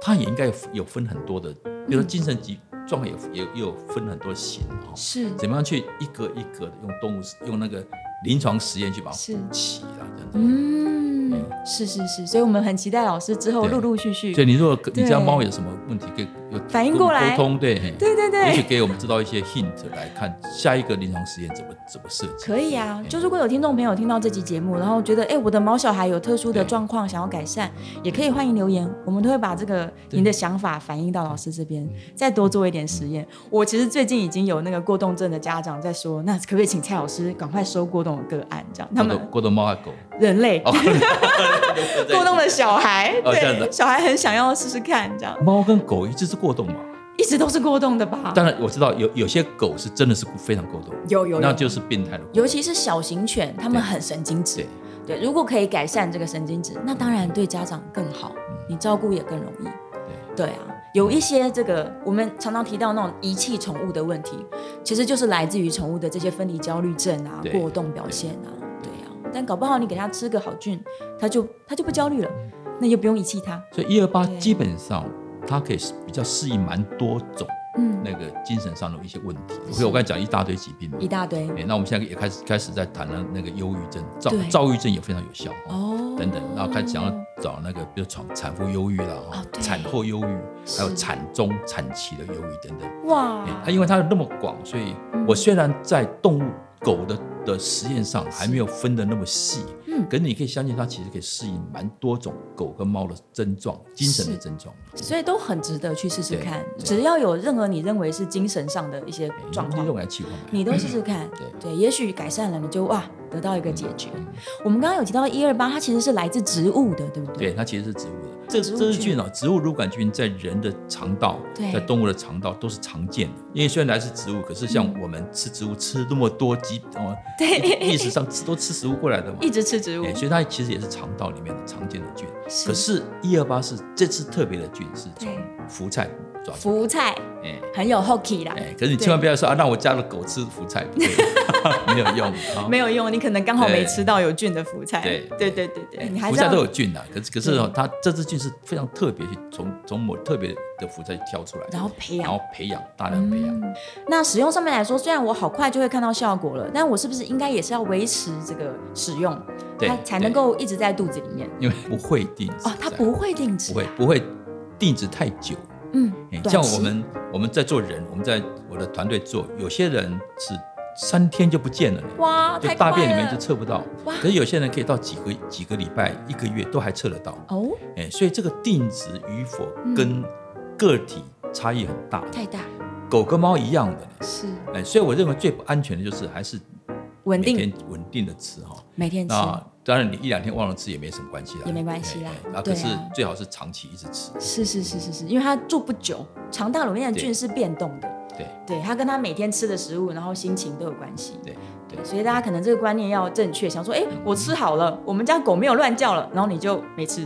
Speaker 3: 它也应该有有分很多的，比
Speaker 2: 嗯
Speaker 3: 如说精神疾状况也也也有分很多型哦，
Speaker 2: 是
Speaker 3: 怎么样去一个一个的用动物用那个临床实验去把它
Speaker 2: 是
Speaker 3: 补齐啊，这样子。
Speaker 2: 嗯，是是是，所以我们很期待老师之后
Speaker 3: 对
Speaker 2: 陆陆续续
Speaker 3: 所以你如果跟
Speaker 2: 对
Speaker 3: 你家猫有什么问题，可以有
Speaker 2: 反应过来
Speaker 3: 沟通，对，嘿
Speaker 2: 对对对
Speaker 3: 也许给我们知道一些 hint 来看下一个临床实验怎么怎么设计。
Speaker 2: 可以啊，
Speaker 3: 对
Speaker 2: 就如果有听众朋友听到这期节目，然后觉得哎、诶我的毛小孩有特殊的
Speaker 3: 对
Speaker 2: 状况想要改善，也可以欢迎留言，我们都会把这个您的想法反映到老师这边，再多做一点实验。我其实最近已经有那个过动症的家长在说，那可不可以请蔡老师赶快收过动的个案，这样他
Speaker 3: 过的
Speaker 2: 们 [LAUGHS]
Speaker 3: 过的猫和狗，
Speaker 2: 人类
Speaker 3: 哦，
Speaker 2: 过动的小孩，
Speaker 3: 哦这样子
Speaker 2: 对，小孩很想要试试看，这样
Speaker 3: 猫跟狗一直是过动嘛。
Speaker 2: 一直都是过动的吧？
Speaker 3: 当然我知道有有些狗是真的是非常过动，
Speaker 2: 有有
Speaker 3: 那
Speaker 2: 有，
Speaker 3: 就是变态的过动。
Speaker 2: 尤其是小型犬，它们
Speaker 3: 对
Speaker 2: 很神经质
Speaker 3: 对。，
Speaker 2: 对，如果可以改善这个神经质，那当然对家长更好，
Speaker 3: 嗯
Speaker 2: 你照顾也更容易。对啊，有一些这个我们常常提到那种遗弃宠物的问题，其实就是来自于宠物的这些分离焦虑症啊、
Speaker 3: 对
Speaker 2: 过动表现啊。对啊，但搞不好你给它吃个好菌，它就它就不焦虑了，
Speaker 3: 嗯
Speaker 2: 那就不用遗弃它。
Speaker 3: 所以一二八
Speaker 2: 对
Speaker 3: 基本上它可以比较适应蛮多种
Speaker 2: 嗯，
Speaker 3: 那个精神上的一些问题。
Speaker 2: 是
Speaker 3: 所以我刚才讲一大堆疾病嘛
Speaker 2: 一，大堆
Speaker 3: 哎，那我们现在也开始开始在谈了那个忧郁症，躁
Speaker 2: 对
Speaker 3: 躁郁症也非常有效哦。
Speaker 2: 哦，
Speaker 3: 等等，然后开始想要找那个，比如产产妇忧郁啦，哦
Speaker 2: 哦对
Speaker 3: 产后忧郁，还有
Speaker 2: 是哦
Speaker 3: 产中、产期的忧郁等等。
Speaker 2: 哇
Speaker 3: 哎，它因为它那么广，所以
Speaker 2: 嗯
Speaker 3: 我虽然在动物狗的的实验上还没有分得那么细，
Speaker 2: 嗯
Speaker 3: 可是你可以相信它其实可以适应蛮多种狗跟猫的症状，精神的
Speaker 2: 是
Speaker 3: 症状。
Speaker 2: 所以都很值得去试试
Speaker 3: 对
Speaker 2: 看，
Speaker 3: 对
Speaker 2: 只要有任何你认为是精神上的一些
Speaker 3: 哎
Speaker 2: 状
Speaker 3: 你
Speaker 2: 况
Speaker 3: 这，种来气化买，
Speaker 2: 你都试试看，
Speaker 3: 嗯对
Speaker 2: 对，也许改善了，你就哇得到一个解决。我们刚刚有提到一二八，它其实是来自植物的，对不
Speaker 3: 对，
Speaker 2: 对？
Speaker 3: 它其实是植物的。这
Speaker 2: 植物
Speaker 3: 这是
Speaker 2: 菌
Speaker 3: 菌啊，植物乳杆菌在人的肠道，
Speaker 2: 对
Speaker 3: 在动物的肠道都是常见的。因为虽然来自植物，可是
Speaker 2: 嗯
Speaker 3: 像我们吃植物吃那么多几哦，
Speaker 2: 对， [LAUGHS]
Speaker 3: 历史上吃都吃食物过来的嘛，
Speaker 2: 一直吃植物
Speaker 3: 哎，所以它其实也是肠道里面的常见的菌。
Speaker 2: 是
Speaker 3: 可是，一二八是这次特别的菌是从
Speaker 2: 对
Speaker 3: 福菜抓出
Speaker 2: 福菜
Speaker 3: 来，哎
Speaker 2: 很有 hockey 啦，
Speaker 3: 哎，可是你千万不要说啊，让我家的狗吃福菜，
Speaker 2: [LAUGHS]
Speaker 3: 不对 [LAUGHS] 没有用啊。
Speaker 2: 没有用，你可能刚好没
Speaker 3: 对
Speaker 2: 吃到有菌的福菜。
Speaker 3: 对
Speaker 2: 对对对
Speaker 3: 哎
Speaker 2: 对，你还
Speaker 3: 福
Speaker 2: 是
Speaker 3: 菜
Speaker 2: 要
Speaker 3: 都有菌啊，可是可是哦
Speaker 2: 对
Speaker 3: 它这支菌是非常特别，去从从某特别的福菜挑出来，
Speaker 2: 然后培
Speaker 3: 然
Speaker 2: 养嗯
Speaker 3: 后。培养大量培养，
Speaker 2: 那使用上面来说，虽然我好快就会看到效果了，但我是不是应该也是要维持这个使用，
Speaker 3: 对
Speaker 2: 它才能
Speaker 3: 对
Speaker 2: 够一直在肚子里面？
Speaker 3: 因为不会定植
Speaker 2: 哦，它
Speaker 3: 在
Speaker 2: 不会定植
Speaker 3: 不
Speaker 2: 啊，
Speaker 3: 会不会定植太久，
Speaker 2: 嗯
Speaker 3: 哎，
Speaker 2: 短
Speaker 3: 像
Speaker 2: 期
Speaker 3: 我们我们在做人，我们在我的团队做，有些人是三天就不见了呢。
Speaker 2: 哇，
Speaker 3: 就
Speaker 2: 太
Speaker 3: 大
Speaker 2: 快
Speaker 3: 便里面
Speaker 2: 了
Speaker 3: 就测不到，
Speaker 2: 哇
Speaker 3: 可是有些人可以到几个几个礼拜、一个月都还测得到，
Speaker 2: 哦，
Speaker 3: 哎，所以这个定值与否跟个体差异很大，
Speaker 2: 嗯太大
Speaker 3: 狗跟猫一样的，
Speaker 2: 是
Speaker 3: 哎，所以我认为最不安全的就是还是
Speaker 2: 稳
Speaker 3: 每
Speaker 2: 定
Speaker 3: 天稳定的吃哈，
Speaker 2: 每天吃，
Speaker 3: 那当然你一两天忘了吃也没什么关系啦，
Speaker 2: 也没关系啦
Speaker 3: 哎哎啊，
Speaker 2: 对
Speaker 3: 可
Speaker 2: 啊
Speaker 3: 是最好是长期一直吃，
Speaker 2: 是是是是是，因为它住不久，肠道里面的
Speaker 3: 对
Speaker 2: 菌是变动的，
Speaker 3: 对
Speaker 2: 对它跟它每天吃的食物，然后心情都有关系。
Speaker 3: 对对嗯
Speaker 2: 对，所以大家可能这个观念要正确，想说，哎，我吃好了，我们家狗没有乱叫了，然后你就没吃，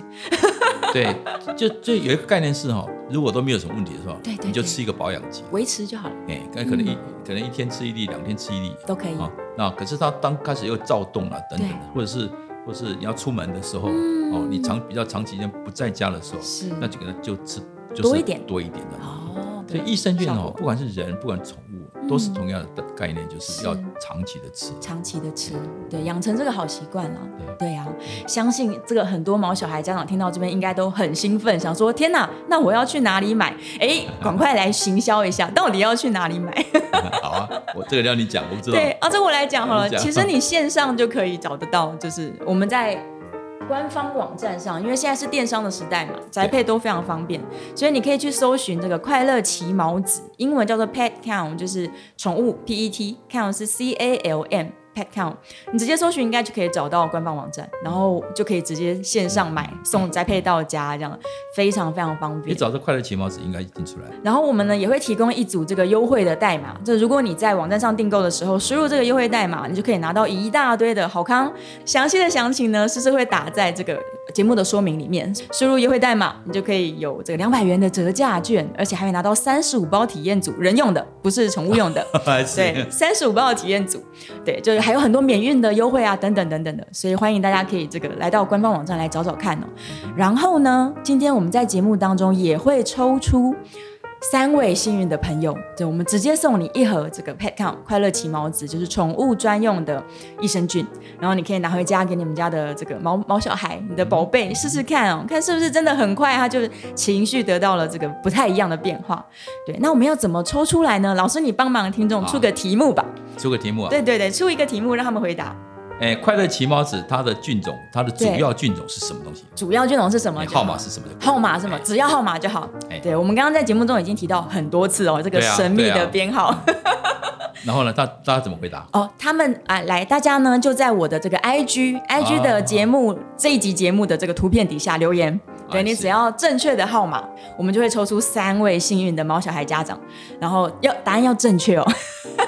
Speaker 3: 对，就就有一个概念是哈，如果都没有什么问题的时候，
Speaker 2: 对对
Speaker 3: 你就
Speaker 2: 对
Speaker 3: 吃一个保养剂，
Speaker 2: 维持就好了，
Speaker 3: 哎，那可能一可能一天吃一粒，两天吃一粒，
Speaker 2: 都可以。
Speaker 3: 啊，那可是他当开始又躁动了、等等的，或者是或是你要出门的时候，哦，你长比较长时间不在家的时候，
Speaker 2: 嗯是
Speaker 3: 那就给他就吃就是
Speaker 2: 多一点
Speaker 3: 多一点的。
Speaker 2: 哦，
Speaker 3: 所
Speaker 2: 对
Speaker 3: 以益生菌
Speaker 2: 效
Speaker 3: 哦
Speaker 2: 果，
Speaker 3: 不管是人，不管宠物，都是同样的概念，就是要长期的吃。
Speaker 2: 长期的吃，对，养成这个好习惯啦。
Speaker 3: 对
Speaker 2: 对呀、相信这个很多毛小孩家长听到这边应该都很兴奋，想说：天哪，那我要去哪里买？哎，赶快来行销一下，到底要去哪里买？
Speaker 3: 好啊， [LAUGHS] 我这个让你讲，我不知道。
Speaker 2: 对，啊，这我来讲好了。
Speaker 3: 你讲
Speaker 2: 其实你线上就可以找得到，就是我们在官方网站上，因为现在是电商的时代嘛，宅配都非常方便，所以你可以去搜寻这个快乐奇毛子，英文叫做 Pet Count，就是宠物 P E T Count 是 C A L M。Pet Count，你直接搜寻应该就可以找到官方网站，然后就可以直接线上买送宅配到家，这样非常非常方
Speaker 3: 你
Speaker 2: 便。
Speaker 3: 找这快乐奇猫子应该已经出来了。 [LAUGHS]
Speaker 2: 然后我们呢也会提供一组这个优惠的代码，就如果你在网站上订购的时候输入这个优惠代码，你就可以拿到一大堆的好康。详细的详情呢，是是会打在这个节目的说明里面。输入优惠代码，你就可以有这个两百元的折价券，而且还会拿到三十五包体验组人用的，不是宠物用的。对，三十五包的体验组，对，就是还有很多免运的优惠啊，等等等等的，所以欢迎大家可以这个来到官方网站来找找看哦。然后呢，今天我们在节目当中也会抽出三位幸运的朋友，对，我们直接送你一盒这个 Pet Count 快乐奇毛子，就是宠物专用的益生菌，然后你可以拿回家给你们家的这个毛毛小孩、你的宝贝试试看哦，看是不是真的很快它就情绪得到了这个不太一样的变化。对，那我们要怎么抽出来呢？老师，你帮忙听众
Speaker 3: 好
Speaker 2: 出个题目吧。
Speaker 3: 出个题目啊，
Speaker 2: 对对对，出一个题目让他们回答。
Speaker 3: 哎，快乐奇猫子它的菌种，它的主
Speaker 2: 对
Speaker 3: 要菌种是什么东西？
Speaker 2: 主要菌种是什么
Speaker 3: 哎
Speaker 2: 就好？
Speaker 3: 号码是什么？
Speaker 2: 号码是什么？
Speaker 3: 哎
Speaker 2: 只要号码就好
Speaker 3: 哎。
Speaker 2: 对，我们刚刚在节目中已经提到很多次哦，这个
Speaker 3: 对啊
Speaker 2: 神秘
Speaker 3: 对
Speaker 2: 的
Speaker 3: 啊
Speaker 2: 编号。
Speaker 3: 然后呢，大大家怎么回答？
Speaker 2: 哦，他们啊，来，大家呢就在我的这个 IG IG 的节目、这一集节目的这个图片底下留言。对
Speaker 3: 啊
Speaker 2: 你
Speaker 3: 是
Speaker 2: 只要正确的号码，我们就会抽出三位幸运的猫小孩家长，然后要答案要正确哦，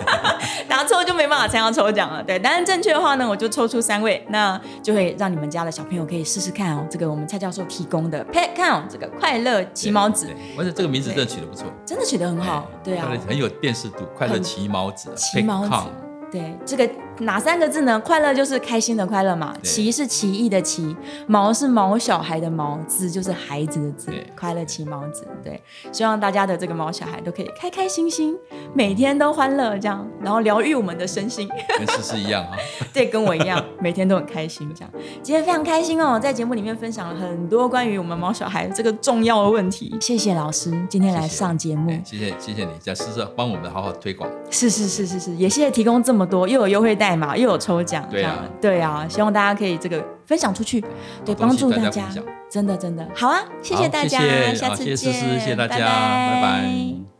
Speaker 2: [LAUGHS] 答错就没办法参加抽奖了。对，答案正确的话呢，我就抽出三位，那就会让你们家的小朋友可以试试看哦，这个我们蔡教授提供的 Pet Count 这个快乐骑毛子
Speaker 3: 对，，对而且这个名字真的取得不错，
Speaker 2: 真的取得很好
Speaker 3: 哎，
Speaker 2: 对啊，
Speaker 3: 很有辨识度，快乐骑毛子啊，
Speaker 2: 骑毛子
Speaker 3: Pet Con，
Speaker 2: 对，这个哪三个字呢？快乐就是开心的快乐嘛，
Speaker 3: 对
Speaker 2: 奇是奇异的奇，毛是毛小孩的毛，子就是孩子的子
Speaker 3: 对，
Speaker 2: 快乐奇毛子。对，希望大家的这个毛小孩都可以开开心心，每天都欢乐这样，然后疗愈我们的身心。 [LAUGHS]
Speaker 3: 跟诗诗一样啊， [LAUGHS]
Speaker 2: 对，跟我一样，每天都很开心这样。今天非常开心哦，在节目里面分享了很多关于我们毛小孩这个重要的问题。谢谢老师今天来
Speaker 3: 谢谢
Speaker 2: 上节目。
Speaker 3: 哎谢谢谢谢你，这样诗诗帮我们好好推广，
Speaker 2: 是是是是是，也谢谢提供这么多，又有优惠代码，又有抽奖，这
Speaker 3: 对啊
Speaker 2: 样对啊，希望大家可以这个分享出去，对，
Speaker 3: 好东
Speaker 2: 帮
Speaker 3: 西
Speaker 2: 助
Speaker 3: 大
Speaker 2: 大
Speaker 3: 家
Speaker 2: 家
Speaker 3: 分享，
Speaker 2: 真的真的好啊，谢谢
Speaker 3: 好
Speaker 2: 大家，
Speaker 3: 谢谢
Speaker 2: 下
Speaker 3: 好
Speaker 2: 次
Speaker 3: 谢谢
Speaker 2: 见，
Speaker 3: 诗诗，谢谢大家，
Speaker 2: 拜
Speaker 3: 拜拜